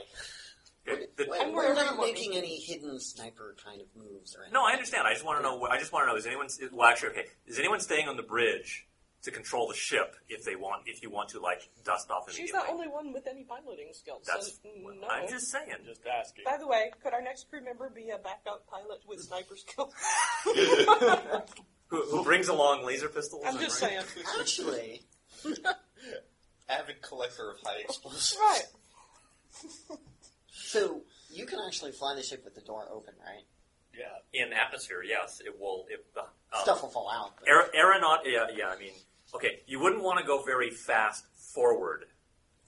[SPEAKER 1] Okay, the-
[SPEAKER 2] we're,
[SPEAKER 5] I'm
[SPEAKER 2] we're
[SPEAKER 5] wondering
[SPEAKER 2] not
[SPEAKER 5] what
[SPEAKER 2] making any hidden sniper kind of moves or anything.
[SPEAKER 1] no, I understand. I just want to know. where- I just want to know. Is anyone? Is, well, actually, okay. Is anyone staying on the bridge
[SPEAKER 4] to control the ship if they want, if you want to like dust off
[SPEAKER 5] She's
[SPEAKER 4] immediately.
[SPEAKER 5] the only one with any piloting skills.
[SPEAKER 4] That's.
[SPEAKER 5] so no.
[SPEAKER 4] I'm just saying.
[SPEAKER 7] I'm just asking.
[SPEAKER 5] By the way, could our next crew member be a backup pilot with sniper skills?
[SPEAKER 4] Who, who brings along laser pistols?
[SPEAKER 5] I'm
[SPEAKER 4] and
[SPEAKER 5] just
[SPEAKER 4] rings?
[SPEAKER 5] saying.
[SPEAKER 2] Actually,
[SPEAKER 8] Avid collector of high explosives.
[SPEAKER 5] Right.
[SPEAKER 2] so you can actually fly the ship with the door open, right?
[SPEAKER 7] Yeah.
[SPEAKER 4] In atmosphere, yes, it will. It, uh, um,
[SPEAKER 2] Stuff will fall out. but-
[SPEAKER 4] Aer- aeronaut, yeah, yeah. I mean, okay, you wouldn't want to go very fast forward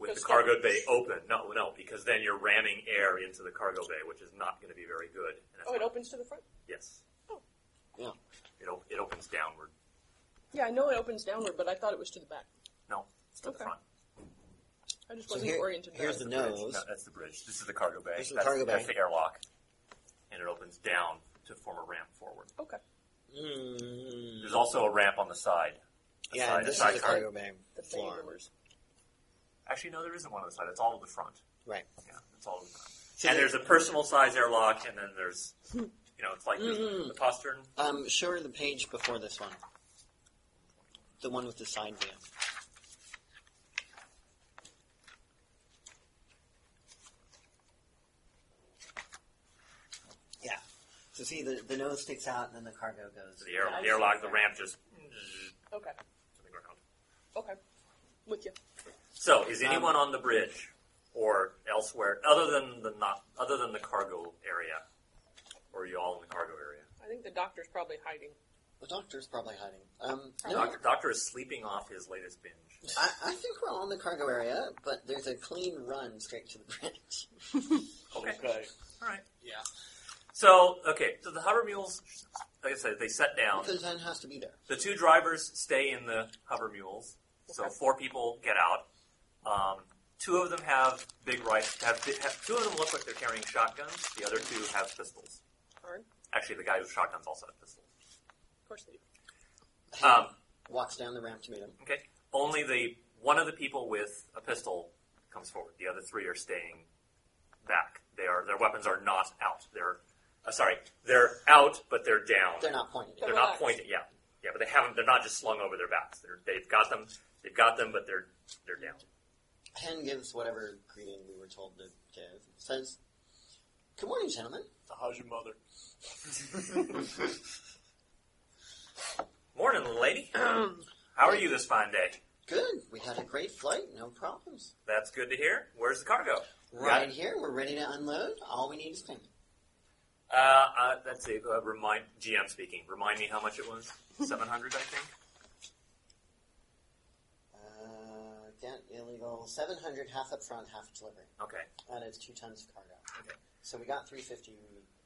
[SPEAKER 4] with the
[SPEAKER 5] Just
[SPEAKER 4] cargo
[SPEAKER 5] go-
[SPEAKER 4] bay open. No, no, because then you're ramming air into the cargo bay, which is not going to be very good. And that's
[SPEAKER 5] Oh, it
[SPEAKER 4] why-
[SPEAKER 5] opens to the front?
[SPEAKER 4] Yes.
[SPEAKER 5] Oh.
[SPEAKER 2] Yeah.
[SPEAKER 4] It, op- it opens downward.
[SPEAKER 5] Yeah, I know it opens downward, but I thought it was to the back.
[SPEAKER 4] No, it's to
[SPEAKER 5] Okay.
[SPEAKER 4] the front.
[SPEAKER 5] I just
[SPEAKER 2] So
[SPEAKER 5] wasn't
[SPEAKER 2] here-
[SPEAKER 5] oriented.
[SPEAKER 2] here's
[SPEAKER 5] there.
[SPEAKER 2] the
[SPEAKER 4] Bridge.
[SPEAKER 2] nose.
[SPEAKER 4] No, that's the bridge. This is the cargo bay.
[SPEAKER 2] Oh, This is the
[SPEAKER 4] that's,
[SPEAKER 2] cargo bay.
[SPEAKER 4] That's the airlock, and it opens down to form a ramp forward.
[SPEAKER 5] Okay,
[SPEAKER 2] Mm,
[SPEAKER 4] There's also a ramp on the side. The
[SPEAKER 2] yeah,
[SPEAKER 4] side,
[SPEAKER 2] and this
[SPEAKER 4] side
[SPEAKER 2] is the
[SPEAKER 4] car-
[SPEAKER 2] cargo bay
[SPEAKER 5] the bay
[SPEAKER 2] floor.
[SPEAKER 5] doors.
[SPEAKER 4] Actually, no, there isn't one on the side. It's all to the front.
[SPEAKER 2] Right.
[SPEAKER 4] Yeah, it's all to the front. and there's a personal size airlock, and then there's, you know, it's like there's the postern.
[SPEAKER 2] Um, show her the page before this one. The one with the side view. Yeah. So see, the, the nose sticks out, and then the cargo goes.
[SPEAKER 4] So the,
[SPEAKER 5] Yeah,
[SPEAKER 4] air,
[SPEAKER 5] I
[SPEAKER 4] the
[SPEAKER 5] just-
[SPEAKER 4] airlock, the ramp just
[SPEAKER 5] Okay,
[SPEAKER 4] to the ground.
[SPEAKER 5] okay, with you.
[SPEAKER 4] So, is anyone on the bridge or elsewhere other than the not other than the cargo area, or are you all in the cargo area?
[SPEAKER 5] I think the doctor's probably hiding.
[SPEAKER 2] The doctor's probably hiding. Um, no,
[SPEAKER 4] Doctor, doctor is sleeping off his latest binge.
[SPEAKER 2] I, I think we're all in the cargo area, but there's a clean run straight to the bridge.
[SPEAKER 4] Okay.
[SPEAKER 7] Okay.
[SPEAKER 4] All right.
[SPEAKER 8] Yeah.
[SPEAKER 4] So, okay, so the hover mules, like I said, they set down.
[SPEAKER 2] The design has to be there.
[SPEAKER 4] The two drivers stay in the hover mules, so
[SPEAKER 5] Okay.
[SPEAKER 4] four people get out. Um, two of them have big rifles. Have, bi- have two of them look like they're carrying shotguns. The other two have pistols.
[SPEAKER 5] Arn,
[SPEAKER 4] Actually, the guy with shotguns also has pistols.
[SPEAKER 5] of course they do.
[SPEAKER 4] Um,
[SPEAKER 2] Walks down the ramp to meet him.
[SPEAKER 4] okay, only the one of the people with a pistol comes forward. The other three are staying back. They are their weapons are not out. They're uh, sorry, they're out, but they're down.
[SPEAKER 2] They're not pointing.
[SPEAKER 5] They're
[SPEAKER 4] They're not
[SPEAKER 5] relaxed.
[SPEAKER 4] pointed. Yeah, yeah, but they haven't. They're not just slung over their backs. They're, they've got them. They've got them, but they're they're down.
[SPEAKER 2] Hen gives whatever greeting we were told to give. Says, "Good morning, gentlemen."
[SPEAKER 7] How's your mother?
[SPEAKER 4] Morning, lady. How are you this fine day?
[SPEAKER 2] Good. We had a great flight. No problems.
[SPEAKER 4] That's good to hear. Where's the cargo?
[SPEAKER 2] Right here, we're ready to unload. All we need is payment.
[SPEAKER 4] Uh, uh that's it. Uh, remind GM speaking. Remind me how much it was. Seven hundred, I think.
[SPEAKER 2] Uh, get illegal. Seven hundred, half up front, half delivery.
[SPEAKER 4] Okay.
[SPEAKER 2] That is two tons of cargo.
[SPEAKER 4] Okay.
[SPEAKER 2] So we got three fifty.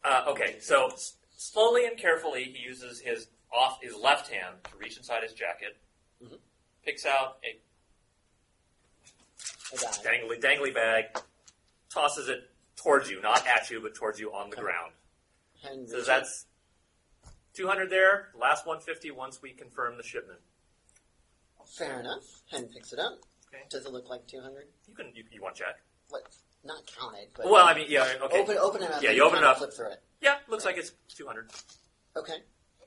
[SPEAKER 4] Uh, okay. So s- slowly and carefully, he uses his off his left hand to reach inside his jacket,
[SPEAKER 2] Mhm.
[SPEAKER 4] picks out a
[SPEAKER 2] A bag.
[SPEAKER 4] dangly dangly bag, tosses it towards you, not at you, but towards you on the
[SPEAKER 2] Okay.
[SPEAKER 4] ground.
[SPEAKER 2] Hen
[SPEAKER 4] So
[SPEAKER 2] reaches-
[SPEAKER 4] that's 200 there, last 150 once we confirm the shipment.
[SPEAKER 2] fair enough. Hen picks it up.
[SPEAKER 4] Okay.
[SPEAKER 2] Does it look like two hundred?
[SPEAKER 4] You can you, you want check?
[SPEAKER 2] What? Not counted. But
[SPEAKER 4] Well, I mean, yeah, okay.
[SPEAKER 2] Open, open it up.
[SPEAKER 4] Yeah,
[SPEAKER 2] and
[SPEAKER 4] you open it
[SPEAKER 2] kinda
[SPEAKER 4] up.
[SPEAKER 2] Flip through it.
[SPEAKER 4] Yeah, looks like it's 200.
[SPEAKER 2] Okay.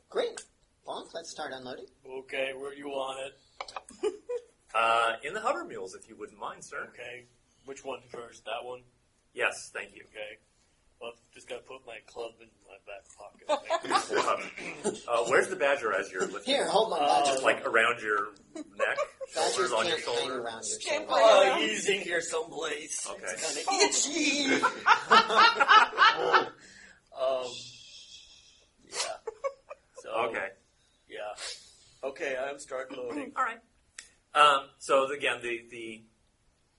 [SPEAKER 2] Great. Bonk, let's start unloading.
[SPEAKER 7] Okay, where you want it?
[SPEAKER 4] Uh, in the hover mules, if you wouldn't mind, sir.
[SPEAKER 7] Okay. Which one first? That one?
[SPEAKER 4] Yes, thank you.
[SPEAKER 7] Okay. Well, just gotta put my club in my back pocket.
[SPEAKER 4] Uh, where's the badger as you're lifting?
[SPEAKER 2] Here, hold my
[SPEAKER 7] Uh,
[SPEAKER 2] badger.
[SPEAKER 4] Just like around your neck,
[SPEAKER 2] Badgers
[SPEAKER 4] shoulders on your
[SPEAKER 2] can't hang
[SPEAKER 4] shoulder.
[SPEAKER 2] around your
[SPEAKER 5] Stand
[SPEAKER 2] shoulder.
[SPEAKER 5] by.
[SPEAKER 7] he's in here someplace.
[SPEAKER 4] Okay.
[SPEAKER 7] It's kinda
[SPEAKER 2] Itchy!
[SPEAKER 7] Um, yeah. So,
[SPEAKER 4] Okay.
[SPEAKER 7] Yeah. Okay, I'm start loading.
[SPEAKER 4] All right. Um, so the- again, the the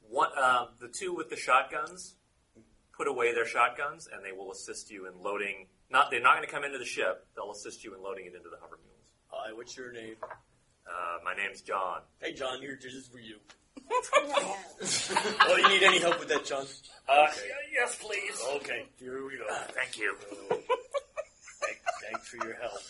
[SPEAKER 4] one um, the two with the shotguns put away their shotguns, and they will assist you in loading. Not they're not going to come into the ship. They'll assist you in loading it into the hover mules.
[SPEAKER 7] Hi, what's your name?
[SPEAKER 4] Uh, my name's John.
[SPEAKER 7] Hey, John, here, this is for you. oh, you need any help with that, John?
[SPEAKER 4] Uh, Yes, please.
[SPEAKER 7] Okay, here we go.
[SPEAKER 4] Thank you.
[SPEAKER 7] Thank, thanks for your help.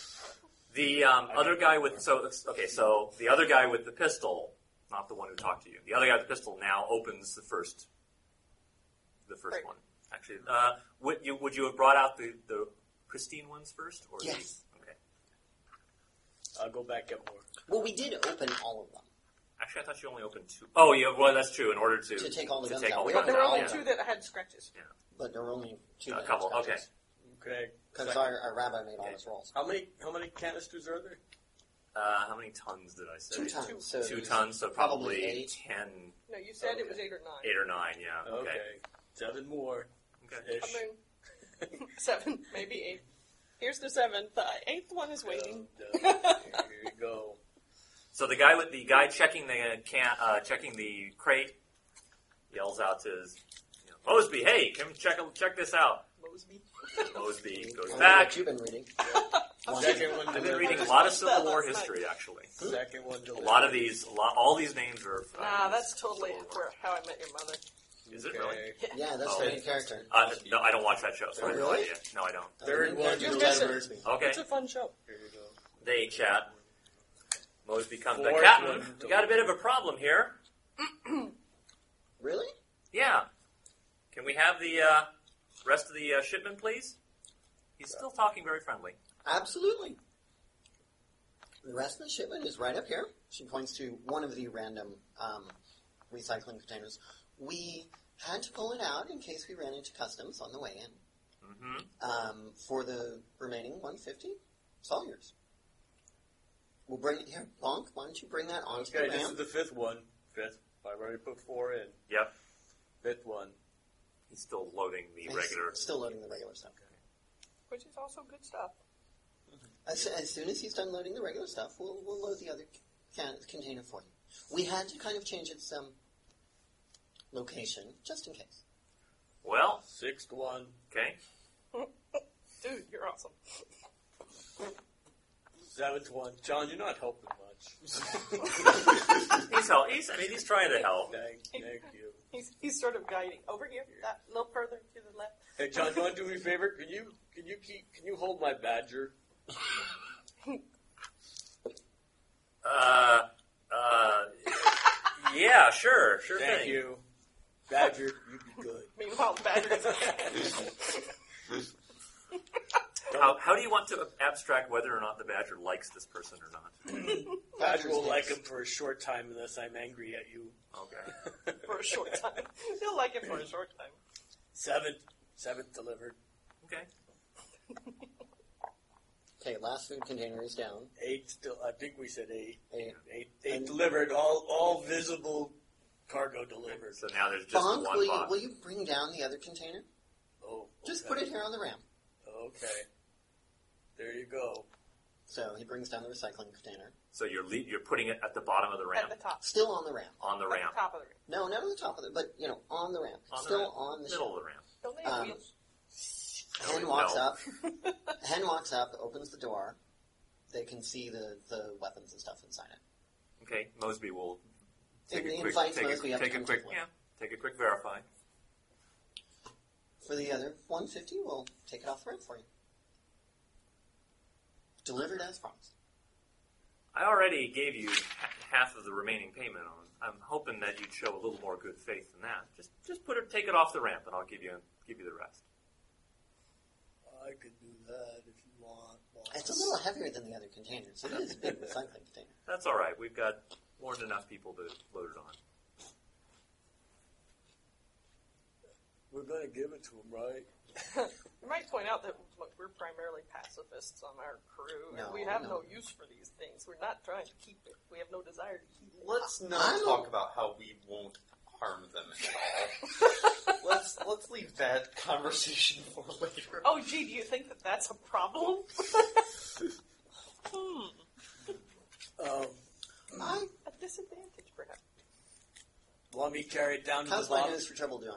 [SPEAKER 4] The um, other guy with so okay, so the other guy with the pistol, not the one who talked to you. The other guy with the pistol now opens the first, the first
[SPEAKER 5] Right.
[SPEAKER 4] one. Actually, uh, would you would you have brought out the the pristine ones first? Or
[SPEAKER 2] Yes.
[SPEAKER 4] The, okay.
[SPEAKER 6] I'll go back up more.
[SPEAKER 2] Well, we did open all of them.
[SPEAKER 4] Actually, I thought you only opened two. Oh, yeah. Well, that's true. In order to
[SPEAKER 2] To take all the guns
[SPEAKER 4] take
[SPEAKER 2] out.
[SPEAKER 4] all
[SPEAKER 2] We
[SPEAKER 5] But there were
[SPEAKER 4] guns out,
[SPEAKER 5] only two
[SPEAKER 4] yeah.
[SPEAKER 5] that had scratches.
[SPEAKER 2] But there were only two.
[SPEAKER 4] A couple. Okay.
[SPEAKER 7] Okay.
[SPEAKER 2] Because
[SPEAKER 7] Second.
[SPEAKER 2] our, our rabbi made all his rolls.
[SPEAKER 7] How many how many canisters are there?
[SPEAKER 4] Uh, how many tons did I say?
[SPEAKER 2] Two tons. So
[SPEAKER 4] Two
[SPEAKER 2] there's-
[SPEAKER 4] tons. So
[SPEAKER 2] probably
[SPEAKER 4] probably,
[SPEAKER 2] eight.
[SPEAKER 4] ten,
[SPEAKER 5] No, you said it was
[SPEAKER 7] Okay.
[SPEAKER 5] eight or nine.
[SPEAKER 4] eight or nine. Yeah. Okay.
[SPEAKER 7] Seven more.
[SPEAKER 4] Okay.
[SPEAKER 7] Ish.
[SPEAKER 5] I mean, seven, maybe eight. Here's the seventh. The eighth one is waiting.
[SPEAKER 7] And, uh, here we go.
[SPEAKER 4] So the guy with the guy checking the can uh, checking the crate yells out to his you know, Mosby, "Hey, come check check this out."
[SPEAKER 5] Mosby.
[SPEAKER 4] Mosby
[SPEAKER 2] I
[SPEAKER 4] goes
[SPEAKER 2] don't know
[SPEAKER 4] back.
[SPEAKER 2] What you've been reading?
[SPEAKER 7] Second one
[SPEAKER 4] I've been
[SPEAKER 7] delivered.
[SPEAKER 4] reading a lot of
[SPEAKER 5] Just watched
[SPEAKER 4] Civil
[SPEAKER 5] that
[SPEAKER 4] War
[SPEAKER 5] last
[SPEAKER 4] history, actually.
[SPEAKER 7] Second one
[SPEAKER 4] A
[SPEAKER 7] delivered.
[SPEAKER 4] lot of these, a lot, all these names are. From
[SPEAKER 5] Nah, that's totally
[SPEAKER 4] Civil War.
[SPEAKER 5] where, how I met your mother.
[SPEAKER 4] Is it really?
[SPEAKER 7] Okay.
[SPEAKER 2] Yeah, that's
[SPEAKER 4] Oh.
[SPEAKER 2] the main character.
[SPEAKER 4] Uh, no, I don't watch that show. So I have no
[SPEAKER 2] Really?
[SPEAKER 4] idea. No, I don't.
[SPEAKER 7] Third
[SPEAKER 2] The
[SPEAKER 7] one
[SPEAKER 2] main character
[SPEAKER 5] You're
[SPEAKER 2] is
[SPEAKER 5] missing-
[SPEAKER 2] Mosby.
[SPEAKER 4] Okay,
[SPEAKER 5] It's a fun show.
[SPEAKER 7] Here we go.
[SPEAKER 4] they chat. Mosby comes back.
[SPEAKER 7] Fourth
[SPEAKER 4] Captain,
[SPEAKER 7] one.
[SPEAKER 4] we got a bit of a problem here.
[SPEAKER 2] Really?
[SPEAKER 4] Yeah. Can we have the uh, rest of the uh, shipment, please? He's still talking very friendly.
[SPEAKER 2] Absolutely. The rest of the shipment is right up here. She points to one of the random um, recycling containers. We had to pull it out in case we ran into customs on the way in.
[SPEAKER 4] hmm
[SPEAKER 7] Mm-hmm.
[SPEAKER 2] Um, for the remaining 150, it's all yours. We'll bring it here. Bonk, why don't you bring that on to
[SPEAKER 7] Okay,
[SPEAKER 2] the
[SPEAKER 7] this is
[SPEAKER 2] ramp?
[SPEAKER 7] the fifth one. Fifth. I've already put four in.
[SPEAKER 4] Yep.
[SPEAKER 7] Fifth one.
[SPEAKER 4] He's still loading the
[SPEAKER 2] And it's
[SPEAKER 4] regular.
[SPEAKER 2] Still loading the regular stuff.
[SPEAKER 5] Which is also good stuff.
[SPEAKER 2] As, as soon as he's done loading the regular stuff, we'll, we'll load the other can, container for you. We had to kind of change its um, location just in case.
[SPEAKER 4] Well,
[SPEAKER 7] Sixth one.
[SPEAKER 4] okay.
[SPEAKER 5] Dude, you're awesome.
[SPEAKER 7] Seventh one. John, you're not helping much.
[SPEAKER 4] He's help. He's. I mean, he's trying to help.
[SPEAKER 7] thank, thank you.
[SPEAKER 5] He's, he's sort of guiding. Over here, that little further to the left.
[SPEAKER 7] Hey, John, you want to do me a favor? Can you can you keep can you hold my badger?
[SPEAKER 4] Uh. Uh. Yeah. Sure. Sure
[SPEAKER 7] Thank
[SPEAKER 4] thing.
[SPEAKER 7] you. Badger, you'd be good.
[SPEAKER 5] Meanwhile, batteries.
[SPEAKER 4] How, how do you want to abstract whether or not the badger likes this person or not?
[SPEAKER 7] Badger will
[SPEAKER 2] Badger's
[SPEAKER 7] like
[SPEAKER 2] next.
[SPEAKER 7] him for a short time unless I'm angry at you.
[SPEAKER 4] Okay.
[SPEAKER 5] for a short time. He'll like it for a short time.
[SPEAKER 7] Seventh. Seventh delivered.
[SPEAKER 4] Okay.
[SPEAKER 2] Okay, last food container is down.
[SPEAKER 7] Eight still I think we said eight.
[SPEAKER 2] Eight.
[SPEAKER 7] Eight, eight
[SPEAKER 2] And-
[SPEAKER 7] delivered, all all visible cargo delivered.
[SPEAKER 4] So now there's just
[SPEAKER 2] Bonk, will
[SPEAKER 4] one
[SPEAKER 2] you,
[SPEAKER 4] box.
[SPEAKER 2] will you bring down the other container?
[SPEAKER 7] Oh,
[SPEAKER 2] Just
[SPEAKER 7] okay.
[SPEAKER 2] put it here on the ramp.
[SPEAKER 7] Okay. There you go.
[SPEAKER 2] So he brings down the recycling container.
[SPEAKER 4] So you're le- you're putting it at the bottom of the
[SPEAKER 5] At
[SPEAKER 4] ramp,
[SPEAKER 5] the top.
[SPEAKER 2] Still on the ramp.
[SPEAKER 4] on the
[SPEAKER 5] At
[SPEAKER 4] ramp,
[SPEAKER 5] the top of the room.
[SPEAKER 2] No, not on the top of it, but, you know, on the ramp.
[SPEAKER 4] On the
[SPEAKER 2] Still
[SPEAKER 4] ramp.
[SPEAKER 2] on the
[SPEAKER 4] middle
[SPEAKER 2] shelf.
[SPEAKER 4] of the ramp.
[SPEAKER 5] Don't they have
[SPEAKER 2] Um,
[SPEAKER 5] wheels?
[SPEAKER 4] No,
[SPEAKER 2] Hen
[SPEAKER 4] no.
[SPEAKER 2] walks up. Hen walks up, opens the door. They can see the, the weapons and stuff inside it.
[SPEAKER 4] Okay. Mosby will take
[SPEAKER 2] And
[SPEAKER 4] a
[SPEAKER 2] he
[SPEAKER 4] quick
[SPEAKER 2] invites
[SPEAKER 4] take a,
[SPEAKER 2] Mosby up
[SPEAKER 4] take
[SPEAKER 2] to
[SPEAKER 4] a
[SPEAKER 2] come
[SPEAKER 4] quick
[SPEAKER 2] to the
[SPEAKER 4] yeah take a quick verify.
[SPEAKER 2] For the other 150, we'll take it off the ramp for you. Delivered as promised.
[SPEAKER 4] I already gave you ha- half of the remaining payment on. I'm hoping that you'd show a little more good faith than that. Just just put it, take it off the ramp, and I'll give you give you the rest.
[SPEAKER 7] I could do that if you want.
[SPEAKER 2] It's a little heavier than the other containers. It is a big recycling container.
[SPEAKER 4] That's all right. We've got more than enough people to load it on.
[SPEAKER 7] We're gonna give it to him, right?
[SPEAKER 5] You might point out that look, we're primarily pacifists on our crew, and
[SPEAKER 2] No,
[SPEAKER 5] we have
[SPEAKER 2] no.
[SPEAKER 5] no. use for these things. We're not trying to keep it. We have no desire to keep it.
[SPEAKER 8] Let's not
[SPEAKER 2] I'm-
[SPEAKER 8] talk about how we won't harm them at all. let's let's leave that conversation for later.
[SPEAKER 5] Oh, gee, do you think that that's a problem? hmm,
[SPEAKER 7] Um,
[SPEAKER 2] I
[SPEAKER 5] a disadvantage, perhaps.
[SPEAKER 7] want me to carry it down to
[SPEAKER 2] How's
[SPEAKER 7] the
[SPEAKER 2] my
[SPEAKER 7] bottom?
[SPEAKER 2] nose for trouble doing?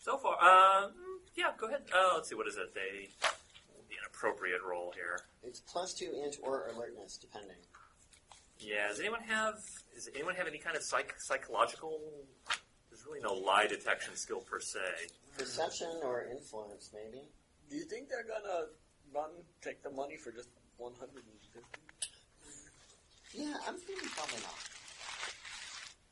[SPEAKER 4] So far, uh, yeah. Go ahead. Uh, let's see. What is it? They the inappropriate roll here.
[SPEAKER 2] It's plus two inch or alertness, depending.
[SPEAKER 4] Yeah. Does anyone have? Does anyone have any kind of psych, psychological? There's really no lie detection skill per se.
[SPEAKER 2] Perception or influence, maybe.
[SPEAKER 7] Do you think they're gonna run, take the money for just 150?
[SPEAKER 2] Yeah, I'm thinking probably not.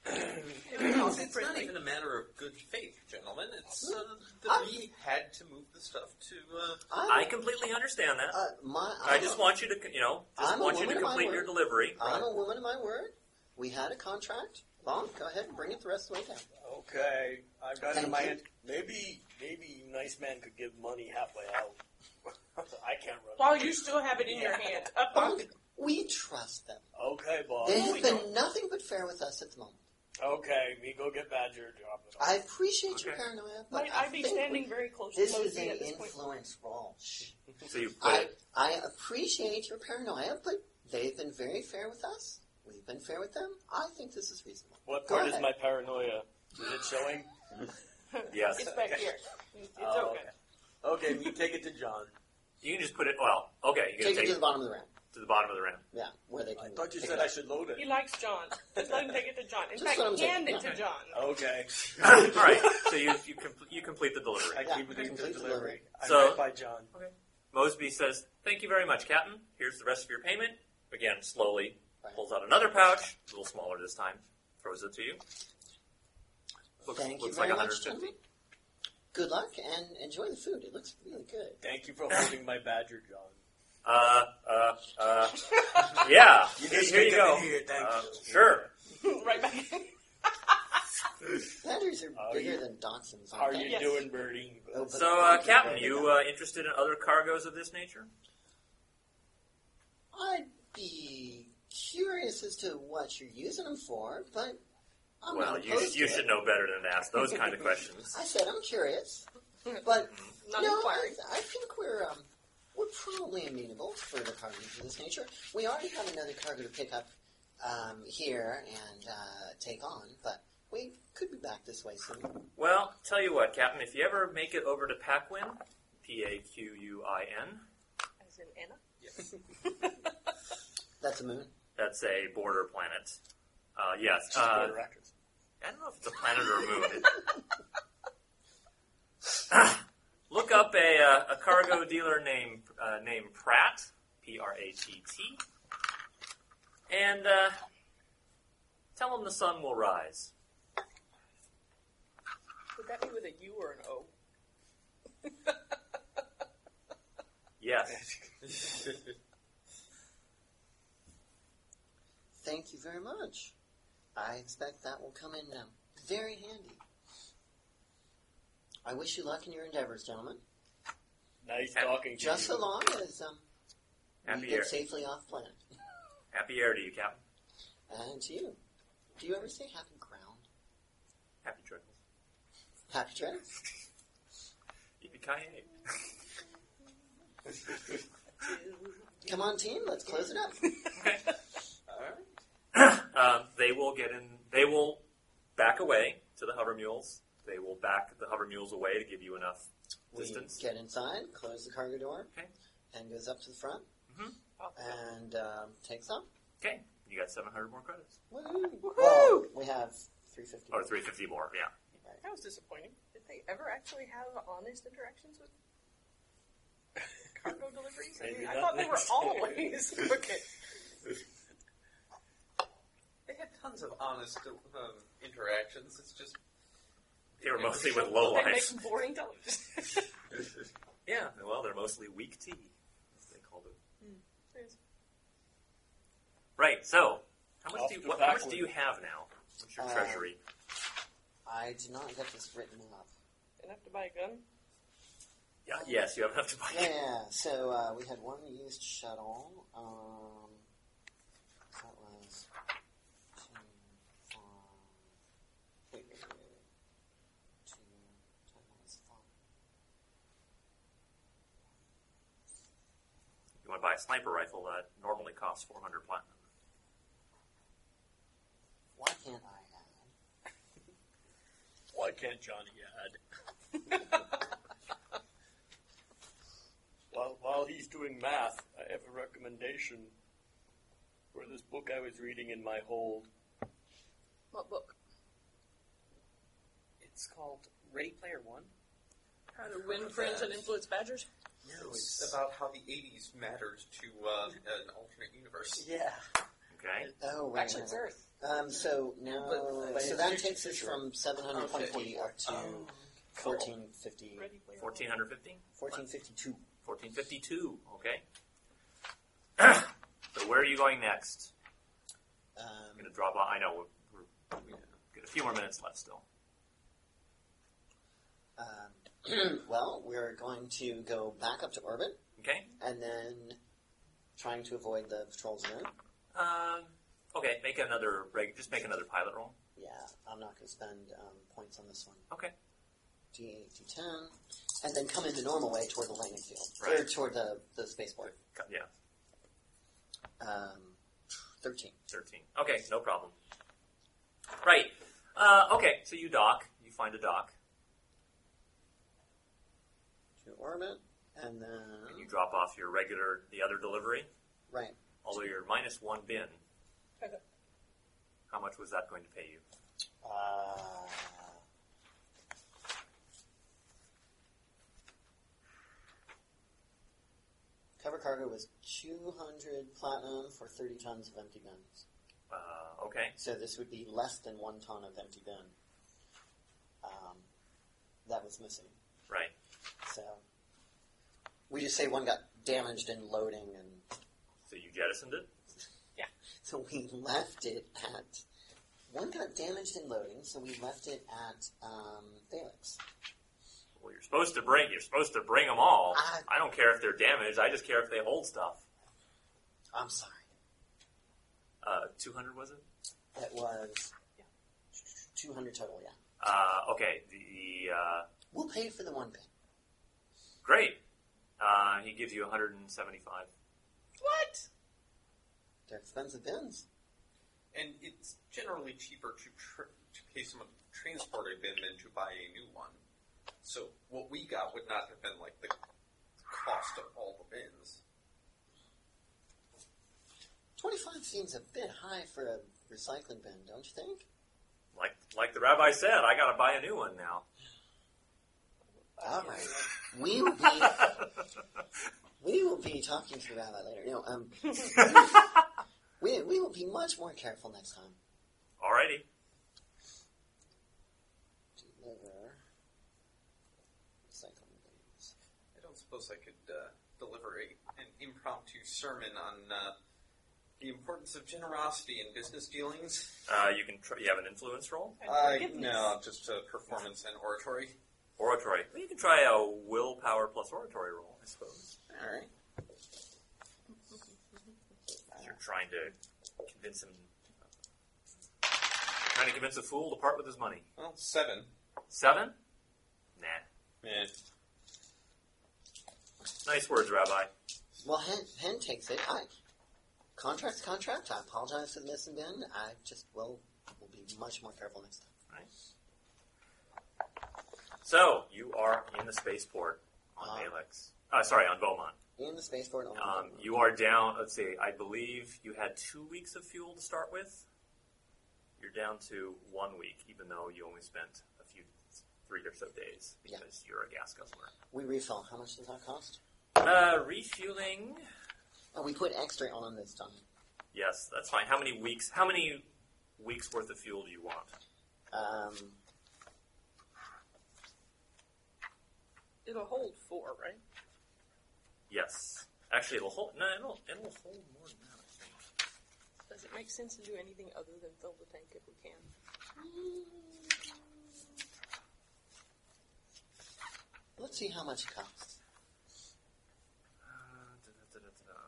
[SPEAKER 8] it's it's not even a matter of good faith, gentlemen. It's uh, that we had to move the stuff to. Uh,
[SPEAKER 2] I'm,
[SPEAKER 4] I completely understand that.
[SPEAKER 2] uh, my,
[SPEAKER 4] I
[SPEAKER 2] I'm
[SPEAKER 4] just
[SPEAKER 2] a-
[SPEAKER 4] want you to, you know, just
[SPEAKER 2] I'm a
[SPEAKER 4] want you to
[SPEAKER 2] woman of my
[SPEAKER 4] complete your
[SPEAKER 2] word.
[SPEAKER 4] delivery.
[SPEAKER 2] I'm a woman of my word. We had a contract. Mom, go ahead and bring it the rest of the way down.
[SPEAKER 7] Okay, I've got it in
[SPEAKER 2] Thank
[SPEAKER 7] my
[SPEAKER 2] you.
[SPEAKER 7] hand. Maybe, maybe you nice man could give money halfway out. I can't run.
[SPEAKER 5] While you still have it in your hand, Uh, up on
[SPEAKER 2] Bonk, we trust them.
[SPEAKER 7] Okay, boss.
[SPEAKER 2] They have been nothing but fair with us at the moment.
[SPEAKER 7] Okay, me go get Badger. Drop it. off.
[SPEAKER 2] I appreciate your
[SPEAKER 4] Okay.
[SPEAKER 2] paranoia, but
[SPEAKER 5] Might
[SPEAKER 2] I,
[SPEAKER 5] I be
[SPEAKER 2] think
[SPEAKER 5] standing
[SPEAKER 2] we-
[SPEAKER 5] very close to
[SPEAKER 2] this is
[SPEAKER 5] Mosey
[SPEAKER 2] an
[SPEAKER 5] at this point?
[SPEAKER 2] influence role. Shh.
[SPEAKER 4] So you put
[SPEAKER 2] I,
[SPEAKER 4] it.
[SPEAKER 2] I appreciate your paranoia, but they've been very fair with us. We've been fair with them. I think this is reasonable.
[SPEAKER 7] What
[SPEAKER 2] Go
[SPEAKER 7] part is
[SPEAKER 2] ahead.
[SPEAKER 7] my paranoia? Is it showing?
[SPEAKER 4] Yes.
[SPEAKER 5] It's back here. It's
[SPEAKER 7] Oh,
[SPEAKER 5] okay.
[SPEAKER 7] Okay, me take it to John.
[SPEAKER 4] You can just put it. Well, okay. You can
[SPEAKER 2] Take it
[SPEAKER 4] take
[SPEAKER 2] to the bottom of the round.
[SPEAKER 4] to the bottom of the round.
[SPEAKER 2] Yeah, where they
[SPEAKER 7] I
[SPEAKER 2] can.
[SPEAKER 7] thought you
[SPEAKER 2] pick
[SPEAKER 7] said
[SPEAKER 2] it
[SPEAKER 7] I
[SPEAKER 2] up.
[SPEAKER 7] should load it.
[SPEAKER 5] He likes John. Just let him take it to John. In
[SPEAKER 2] Just
[SPEAKER 5] fact,
[SPEAKER 2] let him take
[SPEAKER 5] hand
[SPEAKER 2] it.
[SPEAKER 5] it to
[SPEAKER 4] Okay.
[SPEAKER 5] John.
[SPEAKER 7] Okay,
[SPEAKER 4] All right. So you you, compl- you complete the
[SPEAKER 7] I
[SPEAKER 4] delivery.
[SPEAKER 2] Yeah,
[SPEAKER 7] keep it in the
[SPEAKER 2] complete
[SPEAKER 7] delivery. I'm
[SPEAKER 4] So-
[SPEAKER 7] right by John.
[SPEAKER 4] Mosby says, "Thank you very much, Captain. Here's the rest of your payment." Again, slowly
[SPEAKER 2] Right.
[SPEAKER 4] pulls out another pouch, a little smaller this time. Throws it to you. Looks,
[SPEAKER 2] Thank
[SPEAKER 4] looks
[SPEAKER 2] you very
[SPEAKER 4] like
[SPEAKER 2] much,
[SPEAKER 4] 150.
[SPEAKER 2] gentlemen. Good luck and enjoy the food. It looks really good.
[SPEAKER 7] Thank you for holding my Badger, John.
[SPEAKER 4] Uh, uh, uh. yeah. here
[SPEAKER 7] just
[SPEAKER 4] here you
[SPEAKER 7] take it
[SPEAKER 4] go.
[SPEAKER 7] in here, thank
[SPEAKER 4] Uh,
[SPEAKER 7] you.
[SPEAKER 4] Sure.
[SPEAKER 5] right back in.
[SPEAKER 2] Badgers are
[SPEAKER 7] Are
[SPEAKER 2] bigger
[SPEAKER 7] you-
[SPEAKER 2] than dachshunds.
[SPEAKER 7] How are
[SPEAKER 2] aren't
[SPEAKER 7] you
[SPEAKER 2] they?
[SPEAKER 5] Yes.
[SPEAKER 7] doing, Birdie?
[SPEAKER 2] Oh, but-
[SPEAKER 4] So, uh, Captain, you uh, interested in other cargoes of this nature?
[SPEAKER 2] I'd be curious as to what you're using them for, but I'm
[SPEAKER 4] well,
[SPEAKER 2] not
[SPEAKER 4] you,
[SPEAKER 2] opposed
[SPEAKER 4] you
[SPEAKER 2] to it.
[SPEAKER 4] should know better than to ask those kind of questions.
[SPEAKER 2] I said I'm curious, but
[SPEAKER 5] Not
[SPEAKER 2] no, I,
[SPEAKER 5] inquiring.
[SPEAKER 2] I think we're um, we're probably amenable for the cargo of this nature. We already have another cargo to pick up um, here and uh, take on, but we could be back this way soon.
[SPEAKER 4] Well, tell you what, Captain, if you ever make it over to Paquin, P A Q U I N,
[SPEAKER 5] As in Anna?
[SPEAKER 8] yes.
[SPEAKER 2] That's a moon.
[SPEAKER 4] that's a border planet. Uh, yes.
[SPEAKER 7] She's
[SPEAKER 4] Uh,
[SPEAKER 7] border actress.
[SPEAKER 4] I don't know if it's a planet or a moon. Look up a, uh, a cargo dealer named uh, named Pratt, P R A T T, and uh, tell him the sun will rise.
[SPEAKER 5] Would that be with a U or an O?
[SPEAKER 4] Yes.
[SPEAKER 2] Thank you very much. I expect that will come in um, very handy. I wish you luck in your endeavors, gentlemen.
[SPEAKER 7] Nice talking to
[SPEAKER 2] Just
[SPEAKER 7] you.
[SPEAKER 2] so long as um,
[SPEAKER 4] Happy
[SPEAKER 2] we get
[SPEAKER 4] air.
[SPEAKER 2] safely off planet.
[SPEAKER 4] Happy air to you, Captain.
[SPEAKER 2] And to you. Do you ever say happy ground?
[SPEAKER 4] Happy trip.
[SPEAKER 2] Happy trails?
[SPEAKER 4] Yippee-ki-yay.
[SPEAKER 2] Come on, team. Let's close it up.
[SPEAKER 4] Okay. um, they will get in. They will back away to the hover mules. They will back the hover mules away to give you enough
[SPEAKER 2] We
[SPEAKER 4] distance.
[SPEAKER 2] get inside, close the cargo door,
[SPEAKER 4] Okay. Mm-hmm.
[SPEAKER 2] and goes up to the front
[SPEAKER 5] Oh.
[SPEAKER 2] and um, takes off.
[SPEAKER 4] Okay, you got 700 more credits.
[SPEAKER 2] Woohoo!
[SPEAKER 5] Woohoo!
[SPEAKER 2] Well, we have 350.
[SPEAKER 4] Or 350 more, yeah.
[SPEAKER 5] That was disappointing. Did they ever actually have honest interactions with cargo deliveries? I,
[SPEAKER 7] Maybe
[SPEAKER 5] mean, I
[SPEAKER 7] not
[SPEAKER 5] thought they were
[SPEAKER 7] next time.
[SPEAKER 5] always crooked.
[SPEAKER 8] They had tons of honest uh, um, interactions. It's just
[SPEAKER 4] They were mostly with low
[SPEAKER 5] They
[SPEAKER 4] lives.
[SPEAKER 5] make boring television.
[SPEAKER 4] Yeah, well, they're mostly weak tea, as they called it. Right, so, how much,
[SPEAKER 7] Off
[SPEAKER 4] do you,
[SPEAKER 7] to
[SPEAKER 4] what, how much
[SPEAKER 7] backward.
[SPEAKER 4] do you have now? What's your
[SPEAKER 2] Uh,
[SPEAKER 4] treasury?
[SPEAKER 2] I did not get this written up.
[SPEAKER 5] Enough to buy a gun.
[SPEAKER 4] Yeah, Uh, yes, you have enough to buy
[SPEAKER 2] Yeah, so uh, we had one used shuttle. Um, that was two, five. Wait, wait, wait, wait. Two, that was five.
[SPEAKER 4] You want to buy a sniper rifle that normally costs 400 platinum.
[SPEAKER 2] Why can't I add?
[SPEAKER 7] Why can't Johnny add? while, while he's doing math, I have a recommendation for this book I was reading in my hold.
[SPEAKER 5] What book?
[SPEAKER 6] It's called Ready Player One.
[SPEAKER 5] How to win friends and influence badgers?
[SPEAKER 8] no. It's about how the '80s mattered to uh, an alternate universe.
[SPEAKER 2] Yeah.
[SPEAKER 4] Okay.
[SPEAKER 2] Oh, right.
[SPEAKER 5] Actually, it's
[SPEAKER 2] right,
[SPEAKER 5] Earth.
[SPEAKER 2] right. Um, so now,
[SPEAKER 8] But- but
[SPEAKER 2] so
[SPEAKER 8] it's
[SPEAKER 2] that
[SPEAKER 8] just-
[SPEAKER 2] takes us
[SPEAKER 8] sure.
[SPEAKER 2] from 720 up to
[SPEAKER 8] Oh,
[SPEAKER 2] 1450,
[SPEAKER 5] Ready? where are we?
[SPEAKER 4] 1450?
[SPEAKER 2] 1452.
[SPEAKER 4] 1452. Okay. so where are you going next? I'm
[SPEAKER 2] Um,
[SPEAKER 4] going to drop off. I know we're, we're, we got a few more minutes left still.
[SPEAKER 2] um, well, we're going to go back up to orbit
[SPEAKER 4] Okay.
[SPEAKER 2] and then trying to avoid the patrol zone.
[SPEAKER 4] Um, okay. Make another reg. Just make another pilot roll.
[SPEAKER 2] Yeah, I'm not going to spend um, points on this one.
[SPEAKER 4] Okay.
[SPEAKER 2] D8, D10. And then come in the normal way toward the landing field. Or
[SPEAKER 4] Right.
[SPEAKER 2] toward the, the spaceport.
[SPEAKER 4] Co- Yeah.
[SPEAKER 2] Um, 13.
[SPEAKER 4] 13. Okay, no problem. Right. Uh, okay, so you dock. You find a dock,
[SPEAKER 2] To orbit. And then.
[SPEAKER 4] and you drop off your regular, the other delivery,
[SPEAKER 2] Right.
[SPEAKER 4] although you're minus one bin. How much was that going to pay you?
[SPEAKER 2] Uh, cover cargo was 200 platinum for 30 tons of empty bins.
[SPEAKER 4] Uh, okay.
[SPEAKER 2] So this would be less than one ton of empty bin. Um, that was missing.
[SPEAKER 4] Right.
[SPEAKER 2] So we just say one got damaged in loading, and
[SPEAKER 4] So you jettisoned it?
[SPEAKER 2] so we left it at one got damaged in loading, so we left it at um, Felix.
[SPEAKER 4] Well, you're supposed to bring, you're supposed to bring them all.
[SPEAKER 2] I-
[SPEAKER 4] I don't care if they're damaged. I just care if they hold stuff.
[SPEAKER 2] I'm sorry,
[SPEAKER 4] Uh, 200 was it?
[SPEAKER 2] that was two hundred total. Yeah,
[SPEAKER 4] Uh, okay. The, the uh,
[SPEAKER 2] we'll pay for the one bin.
[SPEAKER 4] great. Uh, he gives you 175.
[SPEAKER 5] What?
[SPEAKER 2] They're expensive bins.
[SPEAKER 8] And it's generally cheaper to, tr- to pay someone to transport a bin than to buy a new one. So what we got would not have been like the cost of all the bins.
[SPEAKER 2] Twenty-five seems a bit high for a recycling bin, don't you think?
[SPEAKER 4] Like, like the rabbi said, I got to buy a new one now.
[SPEAKER 2] All right, we will be we will be talking to the rabbi later. No, um, we we will be much more careful next time.
[SPEAKER 4] Alrighty.
[SPEAKER 2] deliver recycling bins.
[SPEAKER 8] I don't suppose I could uh, deliver a, an impromptu sermon on uh, the importance of generosity in business dealings.
[SPEAKER 4] Uh, you can. Try, you have an influence roll,
[SPEAKER 5] And
[SPEAKER 8] Uh,
[SPEAKER 5] forgiveness.
[SPEAKER 8] no, just uh, performance and oratory.
[SPEAKER 4] oratory. Well, you can try a willpower plus oratory roll, I suppose.
[SPEAKER 8] All right.
[SPEAKER 4] If You're trying to convince him. Trying to convince a fool to part with his money.
[SPEAKER 8] Well, seven.
[SPEAKER 4] Seven? Nah.
[SPEAKER 8] Yeah.
[SPEAKER 4] Nice words, Rabbi.
[SPEAKER 2] Well, Hen, Hen takes it. I contract's contract. I apologize for the missing bin. I just will will be much more careful next time.
[SPEAKER 4] So you are in the spaceport on
[SPEAKER 2] Uh.
[SPEAKER 4] Alex. Uh, sorry, on Beaumont.
[SPEAKER 2] In the spaceport. only.
[SPEAKER 4] Um, you are down. Let's see. I believe you had two weeks of fuel to start with. You're down to one week, even though you only spent a few, three or so days
[SPEAKER 2] Yeah.
[SPEAKER 4] because you're a gas guzzler.
[SPEAKER 2] we refill. How much does that cost?
[SPEAKER 4] Uh, refueling.
[SPEAKER 2] Oh, we put extra on this time.
[SPEAKER 4] Yes, that's fine. How many weeks? How many weeks worth of fuel do you want?
[SPEAKER 2] Um,
[SPEAKER 5] It'll hold four, right?
[SPEAKER 4] Yes. Actually, it'll hold. No, it'll it'll hold more than that. I think.
[SPEAKER 5] Does it make sense to do anything other than fill the tank if we can?
[SPEAKER 2] let's see how much it costs.
[SPEAKER 4] Uh, da-da-da-da-da.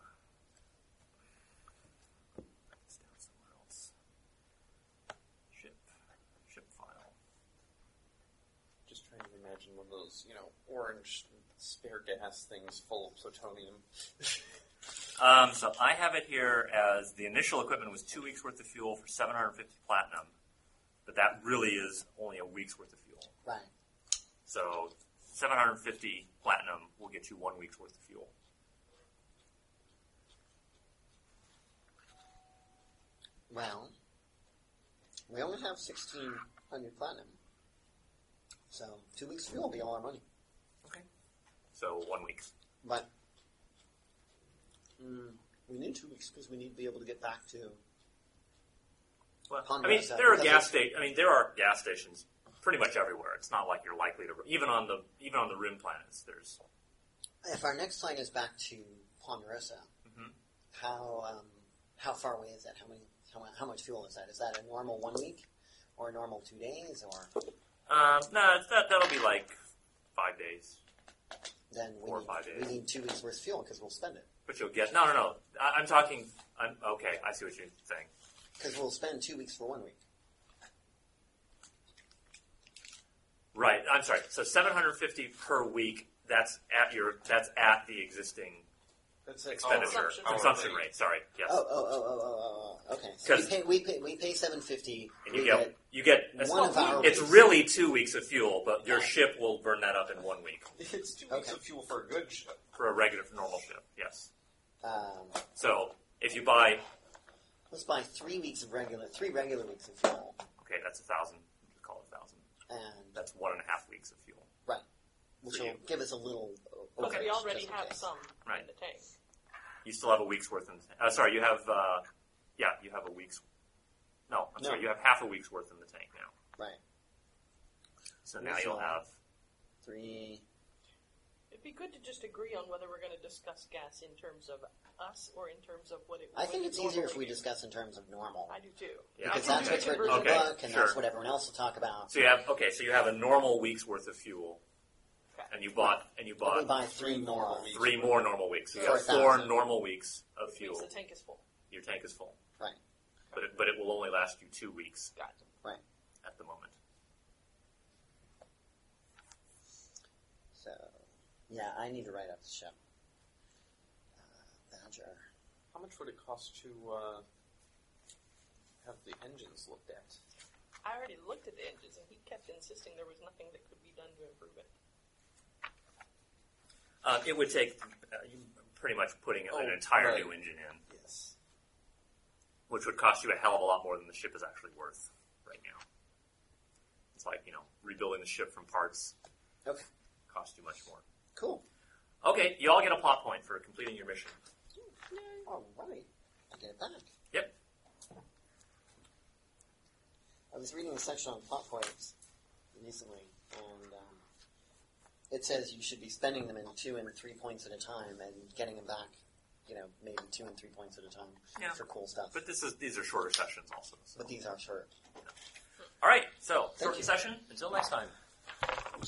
[SPEAKER 4] It's down somewhere else. Ship. Ship file.
[SPEAKER 8] Just trying to imagine one of those, you know, orange spare gas things full of plutonium.
[SPEAKER 4] Um, so I have it here as the initial equipment was two weeks worth of fuel for 750 platinum, but that really is only a week's worth of fuel.
[SPEAKER 2] Right.
[SPEAKER 4] So 750 platinum will get you one week's worth of fuel.
[SPEAKER 2] Well, we only have sixteen hundred platinum, so two weeks fuel will be all our money.
[SPEAKER 4] So one week.
[SPEAKER 2] But mm, we need two weeks because we need to be able to get back to
[SPEAKER 4] Well,
[SPEAKER 2] Pond
[SPEAKER 4] I mean,
[SPEAKER 2] gas out.
[SPEAKER 4] there are
[SPEAKER 2] That's
[SPEAKER 4] gas
[SPEAKER 2] it.
[SPEAKER 4] sta- I mean, there are gas stations pretty much everywhere. It's not like you're likely to even on the even on the rim planets. There's
[SPEAKER 2] If our next line is back to Ponderosa,
[SPEAKER 4] Mhm.
[SPEAKER 2] how um, how far away is that? How many? How, mu- how much fuel is that? Is that a normal one week, or a normal two days, or
[SPEAKER 4] um, no, it's that that'll be like five days,
[SPEAKER 2] then we,
[SPEAKER 4] Four or
[SPEAKER 2] need,
[SPEAKER 4] five
[SPEAKER 2] we
[SPEAKER 4] days.
[SPEAKER 2] need two weeks worth of fuel because we'll spend it
[SPEAKER 4] but you'll get no, no, no. I, I'm talking. I'm okay. I see what you're saying.
[SPEAKER 2] because we'll spend two weeks for one week.
[SPEAKER 4] Right. I'm sorry. So 750 per week. That's at your. That's at the existing
[SPEAKER 8] That's like
[SPEAKER 4] expenditure
[SPEAKER 5] Consumption.
[SPEAKER 4] consumption rate. Sorry. Yes.
[SPEAKER 2] Oh, oh, oh, oh, oh, oh, oh. Okay. So we
[SPEAKER 4] 'Cause-
[SPEAKER 2] pay, we pay we pay seven fifty.
[SPEAKER 4] And you get you get it's,
[SPEAKER 2] One of our
[SPEAKER 4] it's
[SPEAKER 2] weeks.
[SPEAKER 4] really two weeks of fuel, but your
[SPEAKER 2] Right.
[SPEAKER 4] ship will burn that up in one week
[SPEAKER 8] It's two weeks
[SPEAKER 2] Okay.
[SPEAKER 8] of fuel for a good ship.
[SPEAKER 4] for a regular normal ship. Yes.
[SPEAKER 2] Um,
[SPEAKER 4] So if you buy
[SPEAKER 2] let's buy three weeks of regular, three regular weeks of fuel,
[SPEAKER 4] okay, that's a thousand. Just call it a thousand.
[SPEAKER 2] and
[SPEAKER 4] That's one and a half weeks of fuel.
[SPEAKER 2] which
[SPEAKER 4] For
[SPEAKER 2] will
[SPEAKER 4] you.
[SPEAKER 2] give us a little. o-
[SPEAKER 5] But
[SPEAKER 2] overage
[SPEAKER 5] we already
[SPEAKER 2] just in
[SPEAKER 5] have
[SPEAKER 2] case.
[SPEAKER 5] some
[SPEAKER 4] Right.
[SPEAKER 5] in the tank.
[SPEAKER 4] You still have a week's worth in. Uh, sorry, you have. Uh, yeah, you have a week's. No, I'm
[SPEAKER 2] No.
[SPEAKER 4] sorry. You have half a week's worth in the tank now.
[SPEAKER 2] Right.
[SPEAKER 4] So now
[SPEAKER 2] Yes,
[SPEAKER 4] you'll
[SPEAKER 2] no.
[SPEAKER 4] have.
[SPEAKER 2] Three.
[SPEAKER 5] It'd be good to just agree on whether we're going to discuss gas in terms of us or in terms of what it.
[SPEAKER 2] I
[SPEAKER 5] would
[SPEAKER 2] think it's easier if we
[SPEAKER 5] normally be.
[SPEAKER 2] discuss in terms of normal.
[SPEAKER 5] I do too.
[SPEAKER 4] Yeah.
[SPEAKER 2] Because
[SPEAKER 5] I
[SPEAKER 2] that's what's
[SPEAKER 5] think we
[SPEAKER 2] written in
[SPEAKER 5] can
[SPEAKER 2] the
[SPEAKER 4] Okay,
[SPEAKER 2] book, and
[SPEAKER 4] sure.
[SPEAKER 2] that's what everyone else will talk about.
[SPEAKER 4] So you have okay. So you have a normal week's worth of fuel, and you bought and you
[SPEAKER 2] But we
[SPEAKER 4] bought
[SPEAKER 2] buy three more.
[SPEAKER 8] weeks.
[SPEAKER 4] three more normal weeks. So you
[SPEAKER 2] For
[SPEAKER 4] have
[SPEAKER 2] a
[SPEAKER 4] four
[SPEAKER 2] thousand.
[SPEAKER 4] normal weeks
[SPEAKER 5] It
[SPEAKER 4] of
[SPEAKER 5] means
[SPEAKER 4] fuel.
[SPEAKER 5] the tank is full.
[SPEAKER 4] Your tank is full.
[SPEAKER 2] Right.
[SPEAKER 4] But it, but it will only last you two weeks
[SPEAKER 5] Got it.
[SPEAKER 4] at the moment.
[SPEAKER 2] So, yeah, I need to write up the ship. Uh, Badger.
[SPEAKER 8] How much would it cost to uh, have the engines looked at?
[SPEAKER 5] I already looked at the engines, and he kept insisting there was nothing that could be done to improve it.
[SPEAKER 4] Uh, it would take uh, you pretty much putting
[SPEAKER 8] Oh,
[SPEAKER 4] an entire
[SPEAKER 8] right.
[SPEAKER 4] new engine in,
[SPEAKER 8] Yes.
[SPEAKER 4] which would cost you a hell of a lot more than the ship is actually worth right now. It's like you know rebuilding the ship from parts
[SPEAKER 2] Okay.
[SPEAKER 4] costs you much more.
[SPEAKER 2] Cool.
[SPEAKER 4] Okay, you all get a plot point for completing your mission.
[SPEAKER 2] Alright. I get it back.
[SPEAKER 4] Yep.
[SPEAKER 2] I was reading a section on plot points recently, and um, it says you should be spending them in two and three points at a time and getting them back, you know, maybe two and three points at a time
[SPEAKER 4] Yeah.
[SPEAKER 2] for cool stuff.
[SPEAKER 4] But this is these are shorter sessions also. So.
[SPEAKER 2] But these are short.
[SPEAKER 4] All right, so short
[SPEAKER 2] you.
[SPEAKER 4] session. Until next time.